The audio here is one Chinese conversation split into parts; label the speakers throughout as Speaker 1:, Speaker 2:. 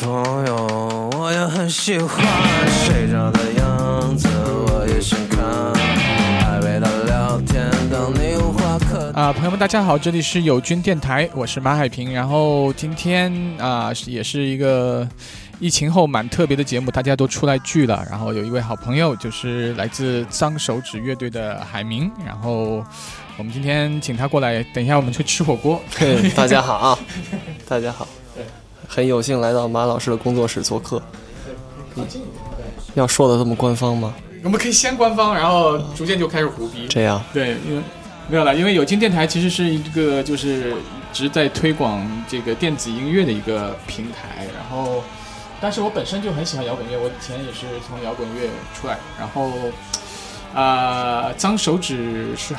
Speaker 1: 朋友，我也很喜欢睡着的样子，我也想看，暧昧的聊天，等你无话可
Speaker 2: 啊、朋友们，大家好，这里是友军电台，我是马海平。然后今天啊、是也是一个疫情后蛮特别的节目，大家都出来聚了。然后有一位好朋友，就是来自脏手指乐队的海明。然后我们今天请他过来，等一下我们去吃火锅。
Speaker 3: 对，大家好啊， 大家好，很有幸来到马老师的工作室做客。要说的这么官方吗？
Speaker 2: 我们可以先官方，然后逐渐就开始胡逼。
Speaker 3: 这样，
Speaker 2: 对，因为没有了，因为有金电台其实是一个就是一直在推广这个电子音乐的一个平台，然后，但是我本身就很喜欢摇滚乐，我以前也是从摇滚乐出来的，然后，呃，脏手指是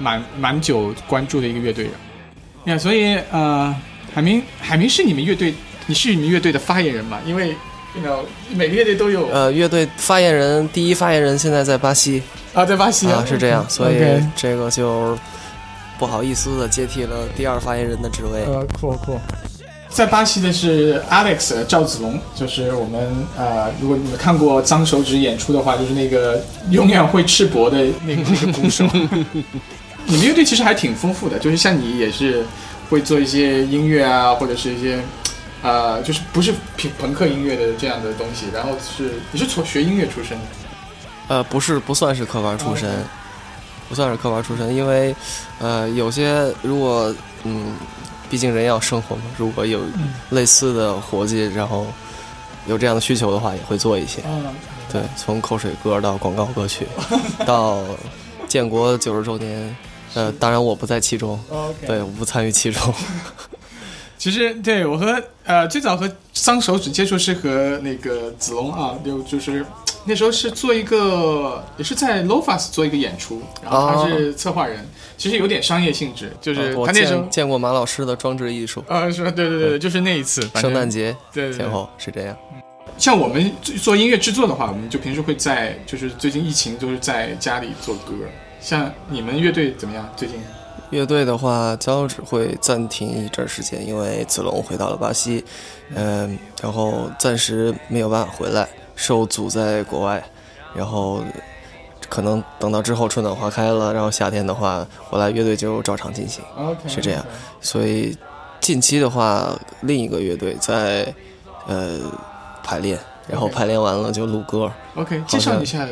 Speaker 2: 蛮蛮久关注的一个乐队人，呀、所以呃，海明，海明是你们乐队，你是你们乐队的发言人嘛？因为。You know，每个乐队都有
Speaker 3: 呃，乐队发言人第一发言人现在在巴西
Speaker 2: 啊，在巴西
Speaker 3: 啊，是这样，所以
Speaker 2: OK
Speaker 3: 这个就不好意思的接替了第二发言人的职位。
Speaker 2: 呃，酷酷。在巴西的是 Alex 呃赵子龙，就是我们呃，如果你们看过脏手指演出的话，就是那个永远会赤膊的那个那个鼓 手。你们乐队其实还挺丰富的，就是像你也是会做一些音乐啊，或者是一些呃，就是不是朋朋克音乐的这样的东西。然后是你是从学音乐出身的，
Speaker 3: 呃，不是，不算是科班出身
Speaker 2: 哦，
Speaker 3: 不算是科班出身，因为，呃，有些如果，嗯，毕竟人要生活嘛，如果有
Speaker 2: 嗯
Speaker 3: 类似的活计，然后有这样的需求的话，也会做一些。
Speaker 2: 嗯，
Speaker 3: 对，从口水歌到广告歌 曲，到建国九十周年，呃，当然我不在其中，
Speaker 2: 哦，OK
Speaker 3: 对，我不参与其中。
Speaker 2: 其实对我和呃最早和脏手指接触是和那个子龙啊，就就是那时候是做一个也是在 LoFast 做一个演出，然后他是策划人，其实有点商业性质，就是
Speaker 3: 呃哦我
Speaker 2: 他那时候
Speaker 3: 见见过马老师的装置艺术，
Speaker 2: 呃是吧对对对对，就是那一次反正
Speaker 3: 圣诞节
Speaker 2: 对对对
Speaker 3: 前后是这样。
Speaker 2: 像我们做音乐制作的话，我们就平时会在就是最近疫情就是在家里做歌，像你们乐队怎么样？最近
Speaker 3: 乐队的话，交只会暂停一阵儿时间，因为子龙回到了巴西，嗯、然后暂时没有办法回来，受阻在国外，然后可能等到之后春暖花开了，然后夏天的话回来，乐队就照常进行。
Speaker 2: OK
Speaker 3: 是这样所以近期的话，另一个乐队在呃排练，然后
Speaker 2: OK
Speaker 3: 排练完了就录歌
Speaker 2: OK，介绍一下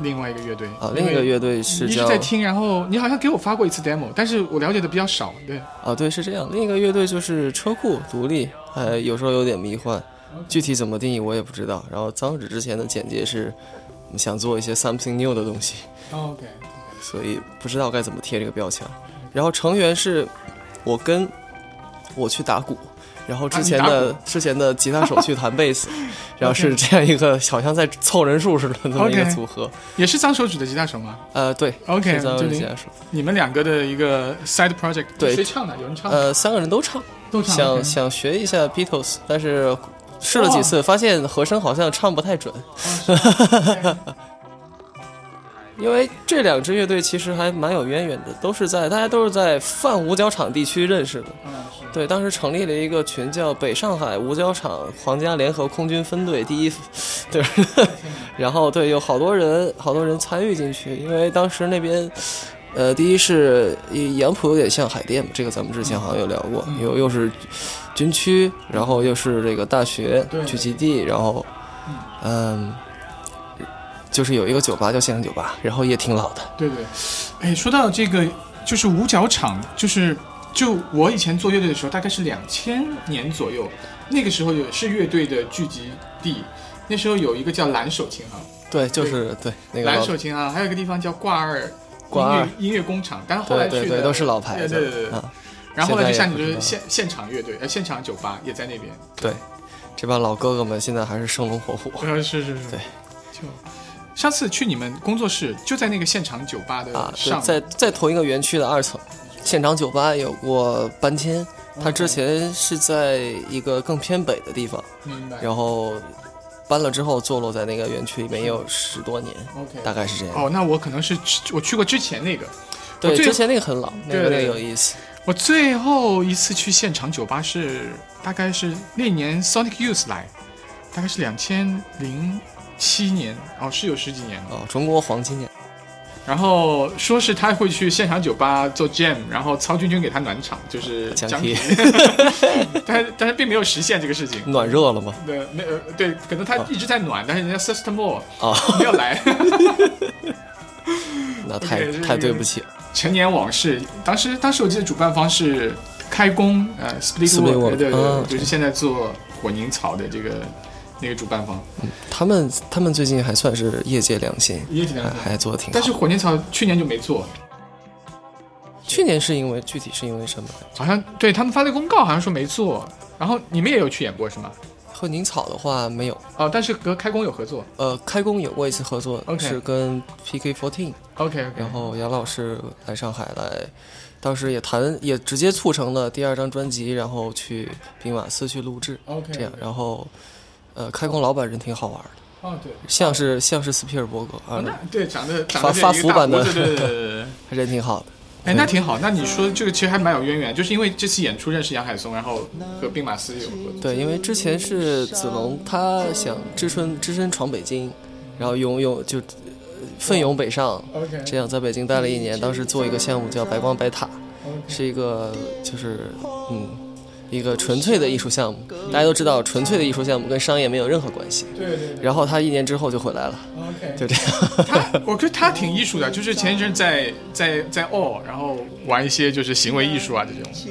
Speaker 2: 另外一个乐队
Speaker 3: 啊。
Speaker 2: 因
Speaker 3: 另
Speaker 2: 为
Speaker 3: 一个乐队是
Speaker 2: 你一
Speaker 3: 叫
Speaker 2: 直在听，然后你好像给我发过一次 demo，但是我了解的比较少。对，
Speaker 3: 啊，对，是这样。另一个乐队就是车库独立，呃，有时候有点迷幻，具体怎么定义我也不知道。然后脏纸之前的简介是嗯想做一些 something new 的东西，
Speaker 2: 哦 OK，
Speaker 3: 所以不知道该怎么贴这个标签。然后成员是我跟我去打鼓，然后之前
Speaker 2: 啊
Speaker 3: 的、之前的吉他手去弹贝斯， 然后是这样一个好像在凑人数似的这么一个
Speaker 2: OK
Speaker 3: 组合。
Speaker 2: 也是脏手指的吉他手吗
Speaker 3: 呃，对。
Speaker 2: ？OK，
Speaker 3: 是脏
Speaker 2: 就
Speaker 3: 纸吉
Speaker 2: 你
Speaker 3: 他手，
Speaker 2: 你们两个的一个 side project，
Speaker 3: 对
Speaker 2: 谁唱的？有人唱，
Speaker 3: 呃，三个人都唱，
Speaker 2: 都唱。
Speaker 3: 想
Speaker 2: OK
Speaker 3: 想学一下 Beatles，但是试了几次，发现和声好像唱不太准。 因为这两支乐队其实还蛮有渊源的，都是在大家都是在泛五角场地区认识的。
Speaker 2: 嗯是
Speaker 3: 对，当时成立了一个群叫北上海五角场皇家联合空军分队第一，对， 然后对有好多人好多人参与进去，因为当时那边。呃，第一是以杨浦有点像海淀嘛，这个咱们之前好像有聊过，又又是军区，然后又是这个大学
Speaker 2: 对
Speaker 3: 聚集地，然后，嗯，就是有一个酒吧叫县城酒吧，然后也挺老的，
Speaker 2: 对对，哎，说到这个，就是五角场，就是就我以前做乐队的时候，大概是两千年左右，那个时候有是乐队的聚集地，那时候有一个叫蓝手琴行。
Speaker 3: 对，就是对那个
Speaker 2: 蓝
Speaker 3: 老
Speaker 2: 手琴啊行，还有一个地方叫挂二
Speaker 3: 挂二
Speaker 2: 音乐音乐工厂，但是后来
Speaker 3: 对
Speaker 2: 去的
Speaker 3: 对对，都是老牌子，
Speaker 2: 对对对对对
Speaker 3: 啊，
Speaker 2: 然后后来就
Speaker 3: 现在
Speaker 2: 像
Speaker 3: 也
Speaker 2: 你
Speaker 3: 不
Speaker 2: 就是
Speaker 3: 知
Speaker 2: 现现场乐队，呃，现场酒吧也在那边。
Speaker 3: 对，这帮老哥哥们现在还是生龙活虎
Speaker 2: 呃， 是是是
Speaker 3: 对。
Speaker 2: 就上次去你们工作室，就在那个现场酒吧
Speaker 3: 啊
Speaker 2: 的，
Speaker 3: 是
Speaker 2: 上，
Speaker 3: 在在同一个园区的二层，现场酒吧有过搬迁，他
Speaker 2: 哦
Speaker 3: 之前是在一个更偏北的地方，
Speaker 2: 明白。
Speaker 3: 然后搬了之后坐落在那个园区里面也有十多年，
Speaker 2: OK。
Speaker 3: 大概是这样。
Speaker 2: 哦，那我可能是去我去过之前那个，
Speaker 3: 对，
Speaker 2: 最
Speaker 3: 之前那个很老，那
Speaker 2: 对
Speaker 3: 个
Speaker 2: 对
Speaker 3: 那个
Speaker 2: 对
Speaker 3: 有意思。
Speaker 2: 我最后一次去现场酒吧是大概是那年 Sonic Youth 来，大概是两千零七年，哦，是有十几年了。
Speaker 3: 哦，中国黄金年，
Speaker 2: 然后说是他会去现场酒吧做 jam，然后曹君君给他暖场，就是
Speaker 3: 江
Speaker 2: 江
Speaker 3: 堤
Speaker 2: 堤， 但是但是并没有实现这个事情。
Speaker 3: 暖热了吗？
Speaker 2: 对，没呃对，可能他一直在暖，但是人家 System More
Speaker 3: 啊、
Speaker 2: 没有来。
Speaker 3: 那太
Speaker 2: OK，这
Speaker 3: 太
Speaker 2: 是
Speaker 3: 对不起了。
Speaker 2: 陈年往事，当时当时我记得主办方是开工呃 Splitwood，
Speaker 3: Splitwood，
Speaker 2: 对对
Speaker 3: 嗯
Speaker 2: 对，就是现在做混凝草的这个那个主办方，
Speaker 3: 他们他们最近还算是业界良心，
Speaker 2: 也挺
Speaker 3: 还还做的挺好。
Speaker 2: 但是混凝草去年就没做，
Speaker 3: 去年是因为具体是因为什么？
Speaker 2: 好像对他们发的公告好像说没做，然后你们也有去演过是吗？
Speaker 3: 混凝草的话没有，
Speaker 2: 哦，但是和开工有合作。
Speaker 3: 呃，开工有过一次合作
Speaker 2: OK
Speaker 3: 是跟 PK Fourteen，
Speaker 2: OK OK，
Speaker 3: 然后杨老师来上海来，当时也谈也直接促成了第二张专辑，然后去兵马司去录制，
Speaker 2: OK
Speaker 3: 这样，然后呃，开工老板人挺好玩的，
Speaker 2: 哦对。
Speaker 3: 像是像是斯皮尔伯格，啊
Speaker 2: 哦，那对长得长
Speaker 3: 发
Speaker 2: 得
Speaker 3: 发
Speaker 2: 这一
Speaker 3: 福
Speaker 2: 个大
Speaker 3: 版的
Speaker 2: 胡子对对对对 对对。
Speaker 3: 人挺好的。
Speaker 2: 哎，那挺好。那你说这个其实还蛮有渊源，就是因为这次演出认识杨海松，然后和兵马司有合作。
Speaker 3: 对，因为之前是子龙，他想只身只身闯北京，然后勇勇就呃奋勇北上，
Speaker 2: OK
Speaker 3: 这样在北京待了一年。当时做一个项目叫白光白塔，是一个就是嗯一个纯粹的艺术项目。大家都知道，纯粹的艺术项目跟商业没有任何关系。
Speaker 2: 对对对
Speaker 3: 然后他一年之后就回来了，
Speaker 2: ，OK。
Speaker 3: 就这样。
Speaker 2: 他， 我觉得他挺艺术的，就是前一阵在在在 all，然后玩一些就是行为艺术啊这种东西。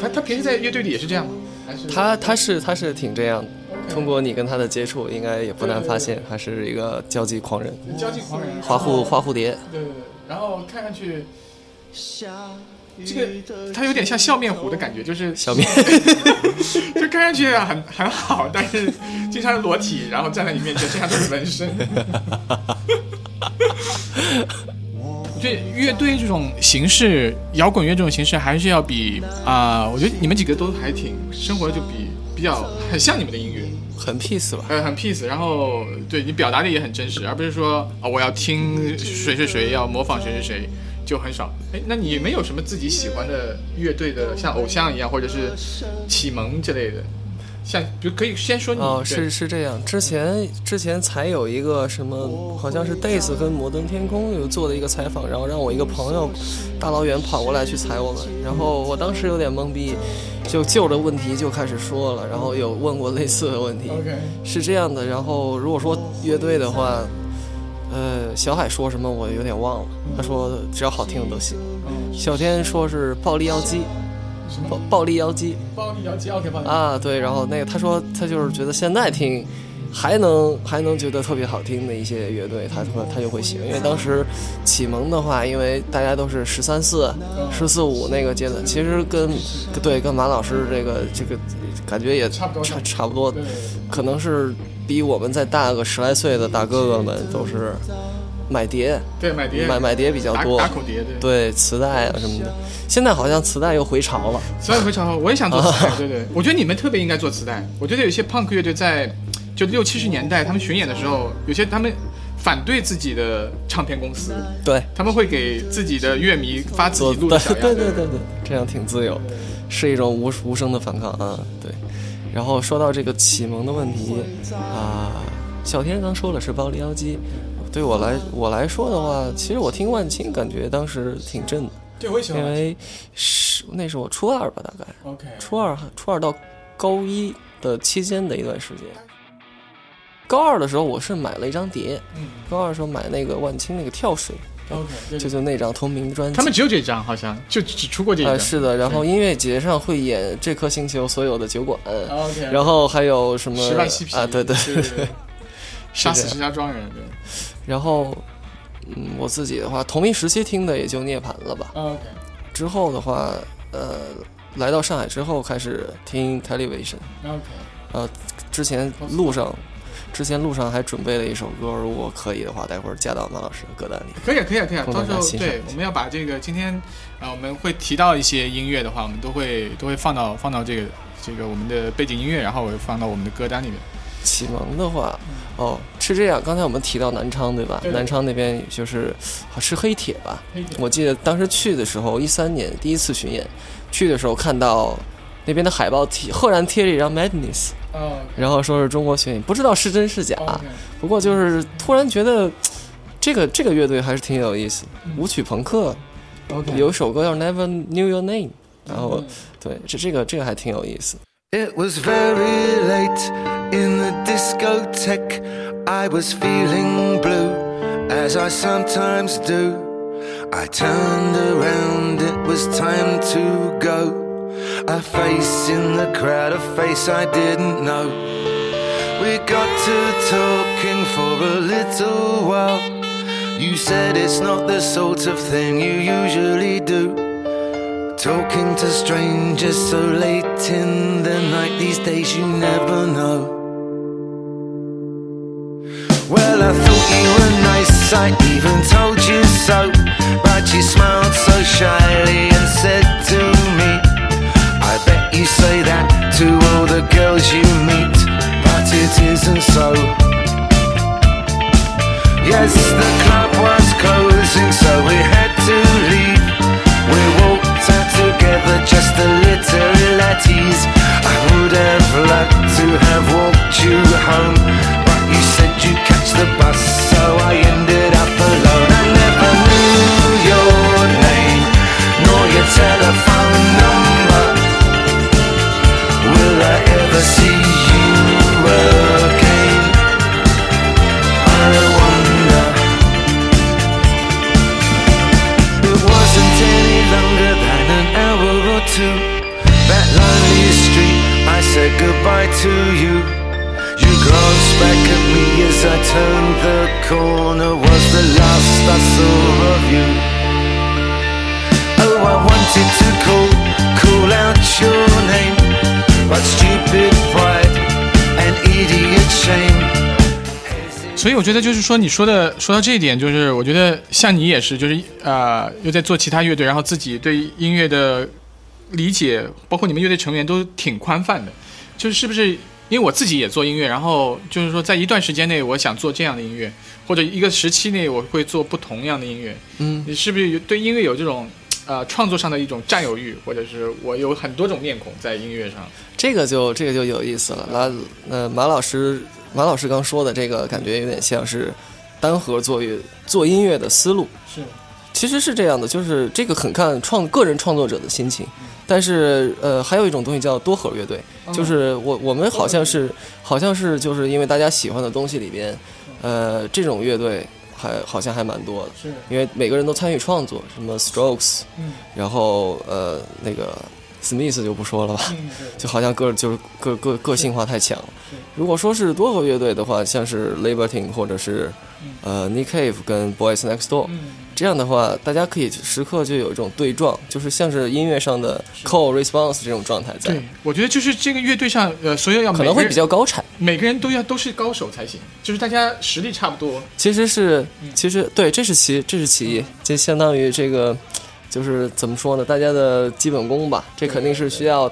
Speaker 2: 他他平时在乐队里也是这样吗？还是
Speaker 3: 他他是他是挺这样的，通过你跟他的接触，应该也不难发现，他是一个交际狂人，
Speaker 2: 交际狂人，啊
Speaker 3: 花蝴花蝴蝶。
Speaker 2: 对对对，然后看上去。这个他有点像笑面虎的感觉，就是
Speaker 3: 小面
Speaker 2: 就看上去很很好，但是经常裸体，然后站在你面前，身上都是纹身。 对乐队这种形式，摇滚乐这种形式，还是要比啊、我觉得你们几个都还挺生活，就比比较很像你们的音乐，
Speaker 3: 很 peace 吧。
Speaker 2: 呃，很 peace，然后对你表达的也很真实，而不是说啊、我要听谁谁谁，要模仿谁谁谁，就很少。哎，那你们有什么自己喜欢的乐队的，像偶像一样，或者是启蒙之类的？像比如可以先说你
Speaker 3: 哦，
Speaker 2: 嗯对
Speaker 3: 是是这样，之前之前才有一个什么，好像是 Days 跟摩登天空有做的一个采访，然后让我一个朋友大老远跑过来去采我们，然后我当时有点懵逼，就就着问题就开始说了，然后有问过类似的问题是这样的，然后如果说乐队的话，呃，小海说什么我有点忘了，他说只要好听的都行，小天说是暴力妖姬，暴暴力妖姬，
Speaker 2: 帮你了解 OK 帮
Speaker 3: 啊，对，然后那个他说他就是觉得现在听还能还能觉得特别好听的一些乐队，他说他就会喜欢，因为当时启蒙的话，因为大家都是十三四、
Speaker 2: 嗯
Speaker 3: 十四五那个阶段，其实跟对跟马老师这个这个感觉也
Speaker 2: 差不多
Speaker 3: 差差不多
Speaker 2: 对对对，
Speaker 3: 可能是比我们再大个十来岁的大哥哥们都是买碟，
Speaker 2: 对买碟
Speaker 3: 买买碟比较
Speaker 2: 打
Speaker 3: 多
Speaker 2: 打口碟对。
Speaker 3: 对磁带啊什么的，现在好像磁带又回潮了。
Speaker 2: 所以回潮，我也想做磁 带，对对，我觉得你们特别应该做磁带。我觉得有些 punk 乐队在就六七十年代他们巡演的时候，有些他们反对自己的唱片公司，
Speaker 3: 对，
Speaker 2: 他们会给自己的乐迷发自
Speaker 3: 做
Speaker 2: 己录的小样。
Speaker 3: 对对对对，这样挺自由，是一种无无声的反抗啊。对，然后说到这个启蒙的问题啊，小天刚说了是暴力妖姬，对我来我来说的话，其实我听万青感觉当时挺震的，
Speaker 2: 对，我也喜
Speaker 3: 因为是那是我初二吧，大概
Speaker 2: OK，
Speaker 3: 初二初二到高一的期间的一段时间。高二的时候，我是买了一张碟。
Speaker 2: 嗯
Speaker 3: 高二的时候买那个万青那个跳水，
Speaker 2: OK，
Speaker 3: 就就那张同名专辑。
Speaker 2: 嗯他们只有这张，好像就只出过这一张。
Speaker 3: 呃，是的，然后音乐节上会演这颗星球所有的酒馆，
Speaker 2: OK，
Speaker 3: 然后还有什么
Speaker 2: 十万嬉皮
Speaker 3: 啊，对对
Speaker 2: 对对， 对杀
Speaker 3: 这
Speaker 2: 死
Speaker 3: 样
Speaker 2: 石家庄人，对
Speaker 3: 然后，嗯，我自己的话，同一时期听的也就涅槃了吧。
Speaker 2: OK，
Speaker 3: 之后的话，呃，来到上海之后开始听 Television，
Speaker 2: OK，
Speaker 3: 之前路上，之前路上还准备了一首歌，如果可以的话，待会儿加到马老师的歌单里。
Speaker 2: 可以啊可以啊可以啊，
Speaker 3: 供
Speaker 2: 到
Speaker 3: 大
Speaker 2: 时
Speaker 3: 家
Speaker 2: 候
Speaker 3: 欣赏
Speaker 2: 对，我们要把这个今天啊、呃我们会提到一些音乐的话，我们都会都会放到放到这个这个我们的背景音乐，然后我会放到我们的歌单里面。
Speaker 3: 启蒙的话，哦，是这样。刚才我们提到南昌，对吧？
Speaker 2: 嗯对
Speaker 3: 南昌那边就是好是黑铁吧？
Speaker 2: 黑铁
Speaker 3: 我记得当时去的时候，一三年第一次巡演，去的时候看到那边的海报贴，赫然贴着一张 Madness，
Speaker 2: 哦
Speaker 3: 然后说是中国学影，不知道是真是假。
Speaker 2: ，OK，
Speaker 3: 不过就是突然觉得这个这个乐队还是挺有意思，舞曲朋克
Speaker 2: 嗯 OK，
Speaker 3: 有首歌叫《Never Knew Your Name》，然后
Speaker 2: 嗯
Speaker 3: 对这这个这个还挺有意思。
Speaker 4: It was very late in the discotheque. I was feeling blue, as I sometimes do. I turned around, it was time to go. A face in the crowd, a face I didn't know. We got to talking for a little while. You said it's not the sort of thing you usually do. Talking to strangers so late in the night, these days you never know. Well, I thought you were nice, I even told you so. But you smiled so shyly and said to me, I bet you say that to all the girls you meet, but it isn't so. Yes, the club was closing, so we had to leave. We walked out together, just a little at ease. I would have liked to have walked you home, but you said you'd catch the bus, so I ended up alone. I never knew your name, nor your telephone number. Will I ever see you again? I wonder. It wasn't any longer than an hour or two. That lonely street, I said goodbye to you. You glanced back at me as I turned the corner. Was the last I saw of you. Oh, I wanted to call, call out your name, but stupid pride and idiot shame.
Speaker 2: 所以我觉得就是说，你说的说到这一点，就是我觉得像你也是，就是呃，又在做其他乐队，然后自己对音乐的理解，包括你们乐队成员都挺宽泛的，就是是不是？因为我自己也做音乐，然后就是说，在一段时间内，我想做这样的音乐，或者一个时期内，我会做不同样的音乐。
Speaker 3: 嗯，
Speaker 2: 你是不是有对音乐有这种呃创作上的一种占有欲，或者是我有很多种面孔在音乐上？
Speaker 3: 这个就这个就有意思了。马呃马老师马老师刚说的这个感觉有点像是单核做乐做音乐的思路，
Speaker 2: 是
Speaker 3: 其实是这样的，就是这个很看创个人创作者的心情，
Speaker 2: 嗯
Speaker 3: 但是呃，还有一种东西叫多核乐队，就是我我们好像是好像是就是因为大家喜欢的东西里边，呃，这种乐队还好像还蛮多的，
Speaker 2: 是，
Speaker 3: 因为每个人都参与创作，什么 Strokes，
Speaker 2: 嗯
Speaker 3: 然后呃那个 Smith 就不说了吧，
Speaker 2: 嗯，
Speaker 3: 就好像个就是个个个性化太强了。如果说是多核乐队的话，像是 Libertine 或者是呃 Nick Cave 跟 Boys Next Door，、这样的话，大家可以时刻就有一种对撞，就是像是音乐上的 call response 这种状态在
Speaker 2: 对，，我觉得就是这个乐队上，呃，所以要
Speaker 3: 可
Speaker 2: 每
Speaker 3: 能
Speaker 2: 个
Speaker 3: 会
Speaker 2: 人
Speaker 3: 比较高产。
Speaker 2: 每个人都要都是高手才行，就是大家实力差不多。
Speaker 3: 其实是，
Speaker 2: 嗯
Speaker 3: 其实对，这是其这是其一，这相当于这个就是怎么说呢，大家的基本功吧，这肯定是需要。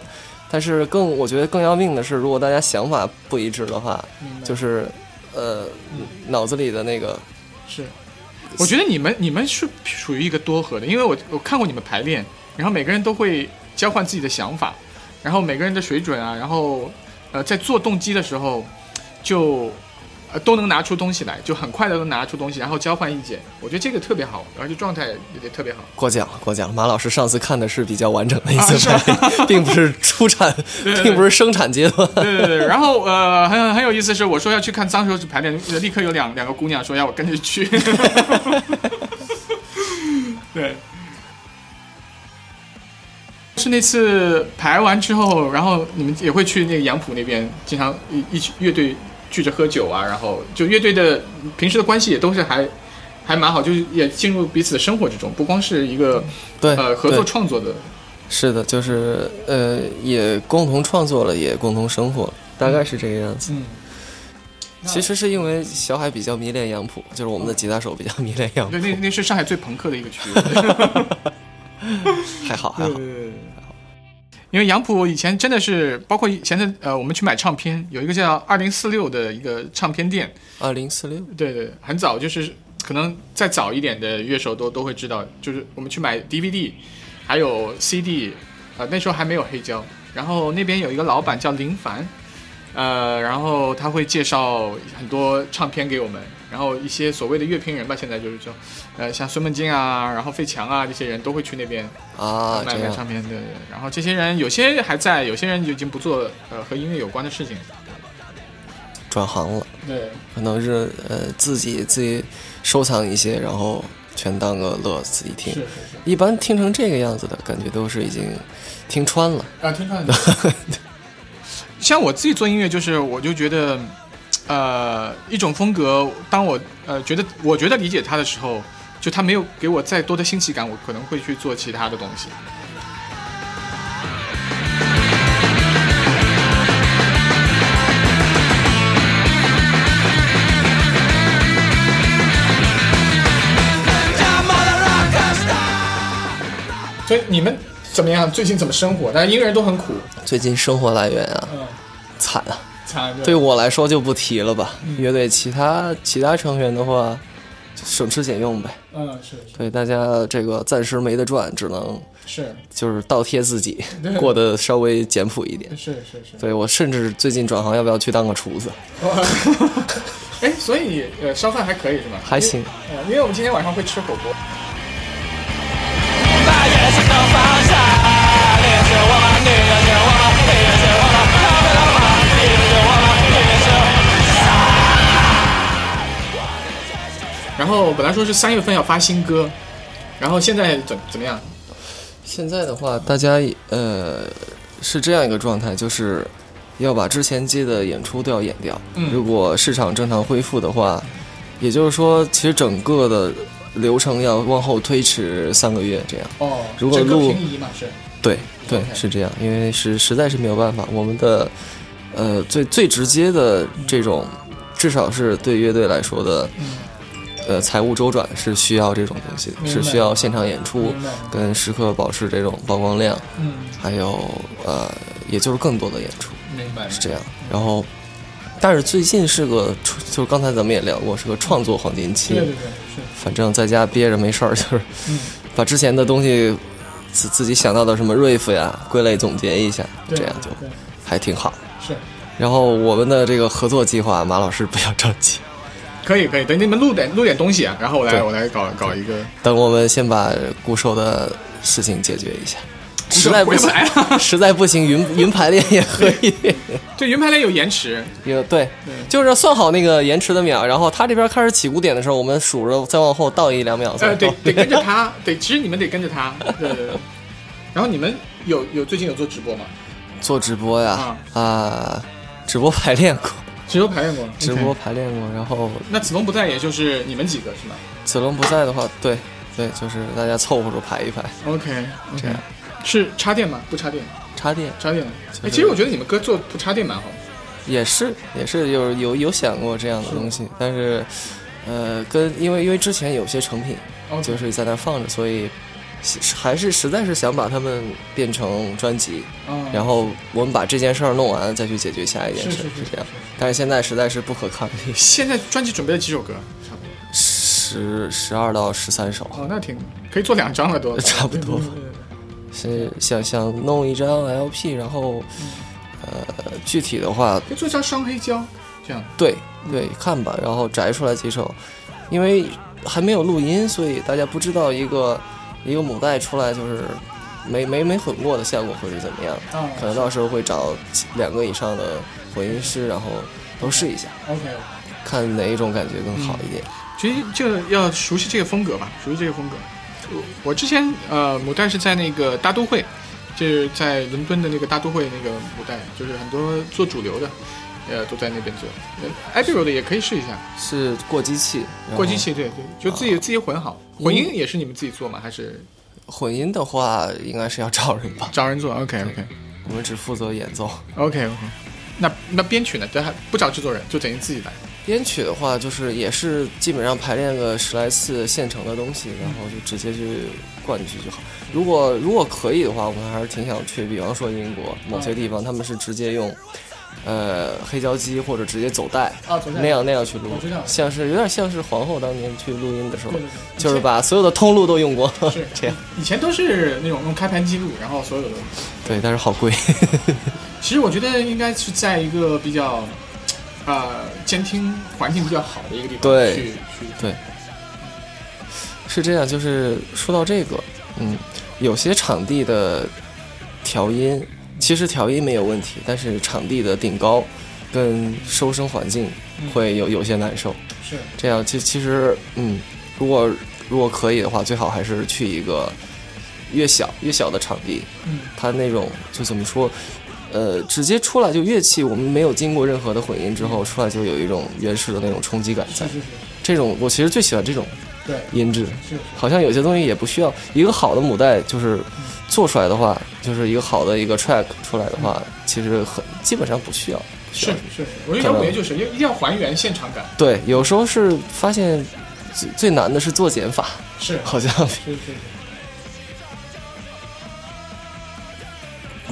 Speaker 3: 但是更我觉得更要命的是，如果大家想法不一致的话，就是呃
Speaker 2: 嗯
Speaker 3: 脑子里的那个
Speaker 2: 是，我觉得你们你们是属于一个多核的，因为我我看过你们排练，然后每个人都会交换自己的想法，然后每个人的水准啊，然后呃在做动机的时候就。呃，都能拿出东西来，就很快的能拿出东西，然后交换意见。我觉得这个特别好，然后就状态也也特别好。
Speaker 3: 过奖了，过奖了。马老师上次看的是比较完整的一
Speaker 2: 啊
Speaker 3: 次
Speaker 2: 是
Speaker 3: 排
Speaker 2: 吗
Speaker 3: 练，并不是出产，
Speaker 2: 对
Speaker 3: 并不是生产阶段。
Speaker 2: 对对对，然后呃，很很有意思是，我说要去看脏手指排练，呃立刻有两两个姑娘说要我跟着去。 对，是那次排完之后，然后你们也会去那个杨浦那边，经常一一起乐队聚着喝酒啊，然后就乐队的平时的关系也都是还还蛮好，就是也进入彼此的生活之中，不光是一个
Speaker 3: 对，
Speaker 2: 呃合
Speaker 3: 对
Speaker 2: 作创作的。
Speaker 3: 是的，就是呃，也共同创作了，也共同生活了，大概是这个样子。
Speaker 2: 嗯，
Speaker 3: 其实是因为小海比较迷恋杨浦，就是我们的吉他手比较迷恋杨
Speaker 2: 对，
Speaker 3: 浦，
Speaker 2: 那那是上海最朋克的一个区域。
Speaker 3: 还好还好。
Speaker 2: 对，因为杨浦以前真的是，包括以前的呃，我们去买唱片，有一个叫二零四六的一个唱片店，
Speaker 3: 二零四六，
Speaker 2: 对对，很早就是可能再早一点的乐手都都会知道，就是我们去买 DVD，还有 CD，呃那时候还没有黑胶，然后那边有一个老板叫林凡，呃，然后他会介绍很多唱片给我们，然后一些所谓的乐评人吧，现在就是说，呃，像孙梦金啊，然后费强啊这些人都会去那边
Speaker 3: 啊，
Speaker 2: 买
Speaker 3: 这
Speaker 2: 买
Speaker 3: 样
Speaker 2: 唱片，对对。对然后这些人有些还在，有些人就已经不做呃和音乐有关的事情。
Speaker 3: 转行了，
Speaker 2: 对，
Speaker 3: 可能是呃自己自己收藏一些，然后全当个乐自己
Speaker 2: 是
Speaker 3: 听。
Speaker 2: 是是，
Speaker 3: 一般听成这个样子的感觉都是已经听穿了。
Speaker 2: 啊，听唱。像我自己做音乐，就是我就觉得，呃，一种风格，当我呃觉得我觉得理解它的时候，就它没有给我再多的新奇感，我可能会去做其他的东西。所以你们怎么样？最近怎么生活？大家音乐人都很苦，
Speaker 3: 最近生活来源啊，
Speaker 2: 嗯，
Speaker 3: 惨啊！
Speaker 2: 惨
Speaker 3: 对我来说就不提了吧。乐队其他其他成员的话，就省吃俭用呗。
Speaker 2: 嗯，是
Speaker 3: 对大家这个暂时没得赚，只能
Speaker 2: 是
Speaker 3: 就是倒贴自己，过得稍微简朴一点。
Speaker 2: 是是 是是。
Speaker 3: 对我甚至最近转行，要不要去当个厨子？
Speaker 2: 哎，所以你呃烧饭还可以是吧？
Speaker 3: 还行。
Speaker 2: 呃，因为我们今天晚上会吃火锅。然后本来说是三月份要发新歌，然后现在怎怎么样？
Speaker 3: 现在的话，大家呃是这样一个状态，就是要把之前接的演出都要演掉。
Speaker 2: 嗯
Speaker 3: 如果市场正常恢复的话，也就是说，其实整个的流程要往后推迟三个月这样。
Speaker 2: 哦，
Speaker 3: 如果
Speaker 2: 整个
Speaker 3: 录
Speaker 2: 平移嘛是，
Speaker 3: 对对
Speaker 2: OK
Speaker 3: 是这样，因为是实在是没有办法，我们的呃最最直接的这种，至少是对乐队来说的
Speaker 2: 嗯，
Speaker 3: 呃财务周转是需要这种东西的，
Speaker 2: 明
Speaker 3: 是
Speaker 2: 白
Speaker 3: 需要现场演出
Speaker 2: 明白
Speaker 3: 跟时刻保持这种曝光量，
Speaker 2: 嗯，
Speaker 3: 还有呃也就是更多的演出
Speaker 2: 明白
Speaker 3: 是这样，然后。但是最近是个创，就是刚才咱们也聊过，是个创作黄金期。
Speaker 2: 对对对是，
Speaker 3: 反正在家憋着没事儿， 就是
Speaker 2: 嗯
Speaker 3: 把之前的东西自自己想到的什么 riff 呀归类总结一下，
Speaker 2: 对
Speaker 3: 这样就
Speaker 2: 对
Speaker 3: 还挺好。
Speaker 2: 是。
Speaker 3: 然后我们的这个合作计划，马老师不要着急，
Speaker 2: 可以可以，等你们录点录点东西啊，然后我来
Speaker 3: 对
Speaker 2: 我来搞搞一个。
Speaker 3: 等我们先把固守的事情解决一下。实在不
Speaker 2: 回不
Speaker 3: 行
Speaker 2: 来，啊 了
Speaker 3: 实在不行，云云排练也可以。
Speaker 2: 对，云排练有延迟，
Speaker 3: 有 对
Speaker 2: 对，
Speaker 3: 就是算好那个延迟的秒，然后他这边开始起鼓点的时候，我们数着再往后倒一两秒。
Speaker 2: 呃，
Speaker 3: 再
Speaker 2: 得
Speaker 3: 倒
Speaker 2: 得跟着他，得其实你们得跟着他。对对对。然后你们有有最近有做直播吗？
Speaker 3: 做直播呀啊，直播排练过，
Speaker 2: 直播排练过，
Speaker 3: 直播。排练过，然后
Speaker 2: 那子龙不在，也就是你们几个是吗
Speaker 3: 子龙不在的话，对对，就是大家凑合着排一排，
Speaker 2: ？OK，
Speaker 3: 这样
Speaker 2: 是插电吗？不插电，
Speaker 3: 插电
Speaker 2: 插电。
Speaker 3: 就是
Speaker 2: 哎，其实我觉得你们歌做不插电蛮好。
Speaker 3: 也是也是有有有想过这样的东西，但是呃，跟因为因为之前有些成品
Speaker 2: OK，
Speaker 3: 就是在那儿放着，所以是还是实在是想把它们变成专辑，
Speaker 2: 嗯
Speaker 3: 然后我们把这件事儿弄完再去解决下一件
Speaker 2: 是
Speaker 3: 事，
Speaker 2: 是是
Speaker 3: 这样。但是现在实在是不可抗力，
Speaker 2: 现在专辑准备了几首歌？差不多。
Speaker 3: 十十二到十三首。
Speaker 2: 哦，那挺可以做两张了都。
Speaker 3: 差不多吧
Speaker 2: 对。对对对对
Speaker 3: 是呃想想弄一张 LP，然后，
Speaker 2: 嗯
Speaker 3: 呃，具体的话
Speaker 2: 可以做一张双黑胶，这样。
Speaker 3: 对
Speaker 2: 嗯
Speaker 3: 对，看吧，然后摘出来几首，因为还没有录音，所以大家不知道一个一个母带出来就是没没没混过的效果会是怎么样，
Speaker 2: 啊
Speaker 3: 可能到时候会找两个以上的混音师，然后都试一下，
Speaker 2: OK。
Speaker 3: 看哪一种感觉更好
Speaker 2: 嗯
Speaker 3: 一点。
Speaker 2: 其实就要熟悉这个风格吧，熟悉这个风格。我我之前呃，母带是在那个大都会，就是在伦敦的那个大都会那个母带，就是很多做主流的，呃，都在那边做。a b r o 的也可以试一下，
Speaker 3: 是过机器，然后
Speaker 2: 过机器对对，就自己、自己混好。混音也是你们自己做吗？还是
Speaker 3: 混音的话，应该是要找人吧，
Speaker 2: 找人做？OK OK
Speaker 3: 我们只负责演奏。
Speaker 2: OK OK。那那编曲呢？这还不找制作人，就等于自己来。
Speaker 3: 编曲的话，就是也是基本上排练个十来次现成的东西，然后就直接去灌进去就好。如果如果可以的话，我们还是挺想去，比方说英国某些地方，他们是直接用呃黑胶机或者直接走带
Speaker 2: 啊走带
Speaker 3: 那样那样去录
Speaker 2: 我知道，
Speaker 3: 像是有点像是皇后当年去录音的时候
Speaker 2: 对对，对
Speaker 3: 就是把所有的通路都用过
Speaker 2: 是，
Speaker 3: 这样。
Speaker 2: 以前都是那种用开盘记录，然后所有的
Speaker 3: 对，但是好贵。
Speaker 2: 其实我觉得应该是在一个比较，呃，监听环境比较好的一个地方
Speaker 3: 对
Speaker 2: 去去。
Speaker 3: 对，是这样。就是说到这个，嗯，有些场地的调音，其实调音没有问题，但是场地的顶高跟收声环境
Speaker 2: 嗯
Speaker 3: 会有有些难受。
Speaker 2: 是
Speaker 3: 这样，其其实，嗯，如果如果可以的话，最好还是去一个越小越小的场地，
Speaker 2: 嗯
Speaker 3: 它那种就怎么说，呃，直接出来就乐器，我们没有经过任何的混音之后，出来就有一种原始的那种冲击感
Speaker 2: 是
Speaker 3: 在
Speaker 2: 是。是，
Speaker 3: 这种我其实最喜欢这种
Speaker 2: 对
Speaker 3: 音质，
Speaker 2: 是是
Speaker 3: 好像有些东西也不需要一个好的母带，就是做出来的话，就是一个好的一个 track 出来的话，其实很基本上不需要。不需
Speaker 2: 是
Speaker 3: 要
Speaker 2: 是是，我觉得摇滚乐就是要一定要还原现场感。
Speaker 3: 对，有时候是发现最最难的是做减法，
Speaker 2: 是
Speaker 3: 好像
Speaker 2: 是是是，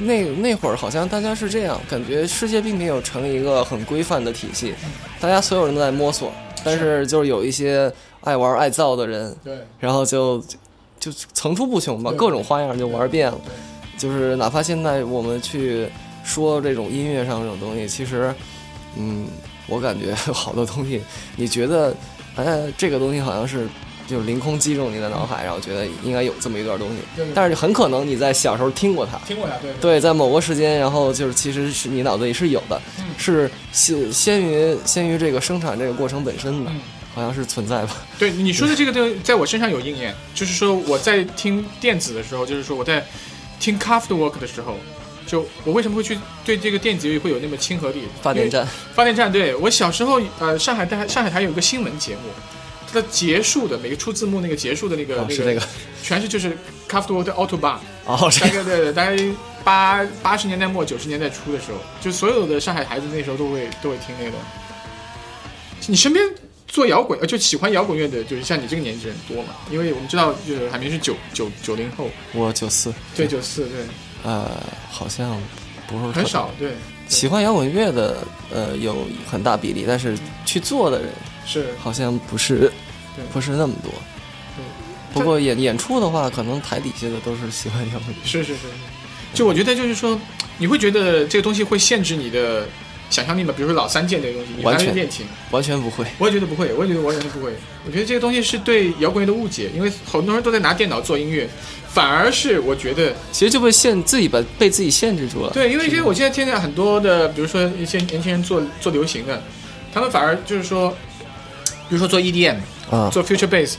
Speaker 3: 那那会儿好像大家是这样，感觉世界并没有成一个很规范的体系，大家所有人都在摸索，但是就是有一些爱玩爱造的人，
Speaker 2: 对
Speaker 3: 然后就就层出不穷吧，
Speaker 2: 对
Speaker 3: 各种花样就玩遍了
Speaker 2: 对。
Speaker 3: 就是哪怕现在我们去说这种音乐上这种东西，其实，嗯，我感觉好多东西，你觉得，哎，这个东西好像是就凌空击中你的脑海，然后觉得应该有这么一段东西
Speaker 2: 对对，
Speaker 3: 但是很可能你在小时候听过它，
Speaker 2: 听过呀，对
Speaker 3: 对，在某个时间，然后就是其实是你脑子里是有的，
Speaker 2: 嗯
Speaker 3: 是先先于先于这个生产这个过程本身的，
Speaker 2: 嗯
Speaker 3: 好像是存在吧？
Speaker 2: 对你说的这个对，在我身上有应验，就是说我在听电子的时候，就是说我在听 Kraftwerk 的时候，就我为什么会去对这个电子乐会有那么亲和力？
Speaker 3: 发电站，
Speaker 2: 发电站，对我小时候，呃，上海台上海台有一个新闻节目，它的结束的每个出字幕那个结束的那个、
Speaker 3: 哦，
Speaker 2: 那
Speaker 3: 是这个，
Speaker 2: 全是就是 Kraftwerk 的 Autobahn，
Speaker 3: 哦，
Speaker 2: 大
Speaker 3: 这个
Speaker 2: 概对对，大概八八十年代末九十年代初的时候，就所有的上海孩子那时候都会都会听那个东西。你身边做摇滚呃就喜欢摇滚乐的，就是像你这个年纪人多嘛？因为我们知道，就是海明是九九九零后，
Speaker 3: 我九四，
Speaker 2: 对九四，对，
Speaker 3: 呃，好像不是特
Speaker 2: 很
Speaker 3: 别
Speaker 2: 少，对，
Speaker 3: 喜欢摇滚乐的，呃，有很大比例，但是去做的人
Speaker 2: 是
Speaker 3: 好像不是
Speaker 2: 对
Speaker 3: 不是那么多。不过演演出的话，可能台底下的都是喜欢摇滚乐。
Speaker 2: 是是是，是就我觉得就是说，你会觉得这个东西会限制你的想象力吗？比如说老三件这个东西，你
Speaker 3: 完
Speaker 2: 还是
Speaker 3: 全
Speaker 2: 练琴，
Speaker 3: 完全不会。
Speaker 2: 我也觉得不会，我也觉得我完全不会。我觉得这个东西是对摇滚乐的误解，因为很多人都在拿电脑做音乐，反而是我觉得
Speaker 3: 其实就被限自己把被自己限制住了。
Speaker 2: 对，因为现在我现在听见很多的，比如说一些年轻人做做流行的，他们反而就是说，比如说做 E EDM，
Speaker 3: 啊，
Speaker 2: 做 future bass，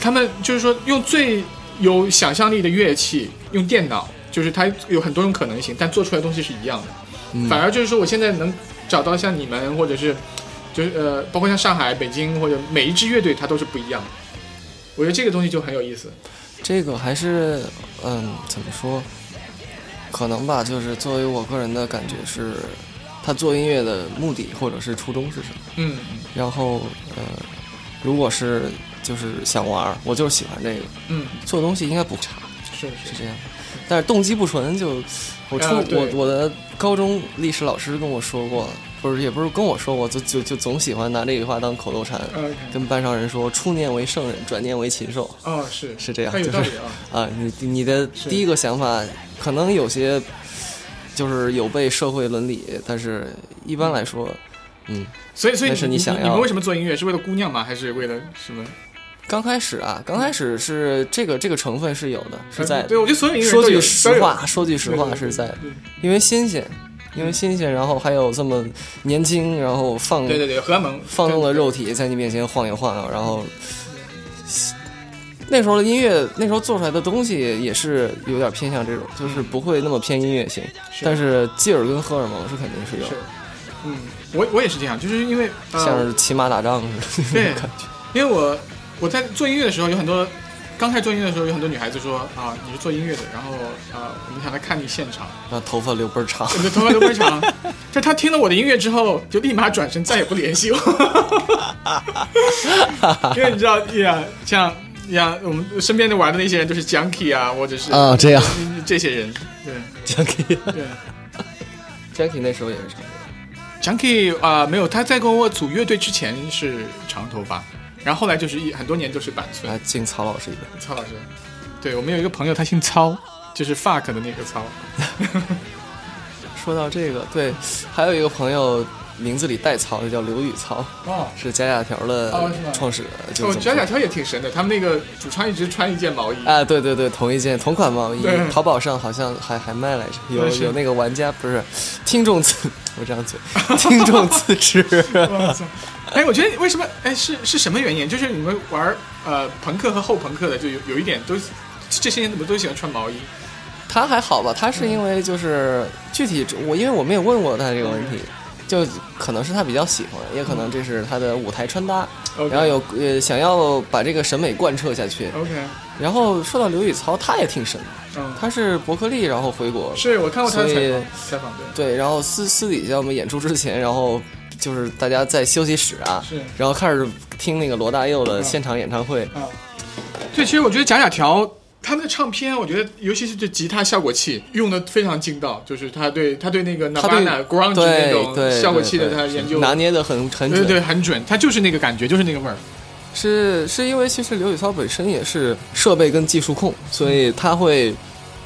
Speaker 2: 他们就是说用最有想象力的乐器，用电脑，就是它有很多种可能性，但做出来的东西是一样的。
Speaker 3: 嗯
Speaker 2: 反而就是说，我现在能找到像你们，或者是就是呃，包括像上海、北京，或者每一支乐队，它都是不一样的。我觉得这个东西就很有意思。
Speaker 3: 这个还是，嗯，怎么说？可能吧，就是作为我个人的感觉是，他做音乐的目的或者是初衷是什么？
Speaker 2: 嗯，
Speaker 3: 然后，呃，如果是就是想玩儿，我就是喜欢这个，
Speaker 2: 嗯，
Speaker 3: 做东西应该不差，
Speaker 2: 是
Speaker 3: 是
Speaker 2: 是
Speaker 3: 这样。但是动机不纯就，我初、
Speaker 2: 啊对
Speaker 3: 我我的高中历史老师跟我说过，不是也不是跟我说过，就就就总喜欢拿这句话当口头禅，
Speaker 2: ，OK，
Speaker 3: 跟班上人说初念为圣人，转念为禽兽。
Speaker 2: 哦，是
Speaker 3: 是这样
Speaker 2: 那有
Speaker 3: 就
Speaker 2: 道
Speaker 3: 是
Speaker 2: 理啊。
Speaker 3: 啊，你你的
Speaker 2: 是
Speaker 3: 第一个想法可能有些就是有悖社会伦理，但是一般来说，嗯，
Speaker 2: 所以，所以
Speaker 3: 那是你想
Speaker 2: 你
Speaker 3: 要
Speaker 2: 们为什么做音乐？是为了姑娘吗？还是为了什么？
Speaker 3: 刚开始啊，刚开始是这个这个成分是有的，是在
Speaker 2: 呃对，我觉得所有音乐
Speaker 3: 说
Speaker 2: 都
Speaker 3: 句
Speaker 2: 有
Speaker 3: 实，话，说句实话是在，因为新鲜，因为新鲜，然后还有这么年轻，然后放
Speaker 2: 都有对对对，荷蒙
Speaker 3: 放纵的肉体在你面前晃悠晃悠，然后那时候的音乐，那时候做出来的东西也是有点偏向这种，就是不会那么偏音乐性，但是劲儿跟荷尔蒙是肯定是有
Speaker 2: 是
Speaker 3: 的，，
Speaker 2: 嗯，我我也是这样，就是因为、呃、
Speaker 3: 像是骑马打仗似的那
Speaker 2: 对
Speaker 3: 种感觉。
Speaker 2: 因为我我在做音乐的时候，有很多刚开始做音乐的时候，有很多女孩子说啊，你是做音乐的，然后啊，我们想来看你现场，
Speaker 3: 然后头发留倍儿长，
Speaker 2: 我的头发都 不长。就她听了我的音乐之后，就立马转身，再也不联系我。 因为你知道呀，像呀，我们身边的玩的那些人都是 Junkie 啊，或者是
Speaker 3: 啊这
Speaker 4: er
Speaker 3: 样
Speaker 2: 嗯这些人，对
Speaker 3: Jackie
Speaker 2: 对。
Speaker 3: Jackie 那时候也是长头
Speaker 2: Junkie 啊、没有，他在跟我组乐队之前是长头发，然后后来就是一很多年都是板寸
Speaker 3: 发，。来敬曹老师一杯。
Speaker 2: 曹老师，对我们有一个朋友，他姓曹，就是 fuck 的那个曹。
Speaker 3: 说到这个，对，还有一个朋友名字里带曹，就叫刘宇曹，
Speaker 2: 哦，
Speaker 3: 是假假条的
Speaker 2: 哦是吗
Speaker 3: 创始人。就
Speaker 2: 我
Speaker 3: 是
Speaker 2: 觉
Speaker 3: 这
Speaker 2: 得
Speaker 3: 么
Speaker 2: 假
Speaker 3: 说
Speaker 2: 条也挺神的，他们那个主唱一直穿一件毛衣，
Speaker 3: 啊，对对对，同一件同款毛衣
Speaker 2: 对，
Speaker 3: 淘宝上好像还还卖来着，有
Speaker 2: 对是
Speaker 3: 有那个玩家不是听众自 我张嘴，听众自制，
Speaker 2: 哇塞！哎，我觉得为什么？哎，是是什么原因？就是你们玩呃朋克和后朋克的，就有有一点都这些年怎么都喜欢穿毛衣？
Speaker 3: 他还好吧？他是因为就是具体我因为我没有问过他这个问题，就可能是他比较喜欢，也可能这是他的舞台穿搭，
Speaker 2: OK
Speaker 3: 然后有呃想要把这个审美贯彻下去。
Speaker 2: OK，
Speaker 3: 然后说到刘宇曹，他也挺神的，
Speaker 2: 嗯，
Speaker 3: 他是伯克利，然后回国，
Speaker 2: 是我看过他的
Speaker 3: 所以
Speaker 2: 采访，采访对，
Speaker 3: 对，然后私私底下我们演出之前，然后就是大家在休息室啊
Speaker 2: 是，
Speaker 3: 然后开始听那个罗大佑的现场演唱会。
Speaker 2: 啊，对，其实我觉得假假条。他们的唱片，我觉得尤其是这吉他效果器用的非常劲道，就是他对他对那个
Speaker 3: 他对
Speaker 2: Nirvana、Grunge 那
Speaker 3: 对对
Speaker 2: 种效果器的
Speaker 3: 对
Speaker 2: 他
Speaker 3: 是
Speaker 2: 研究，
Speaker 3: 拿捏的很很
Speaker 2: 对
Speaker 3: 准，
Speaker 2: 对很准，他就是那个感觉，就是那个味儿。
Speaker 3: 是是因为其实刘宇超本身也是设备跟技术控，所以他会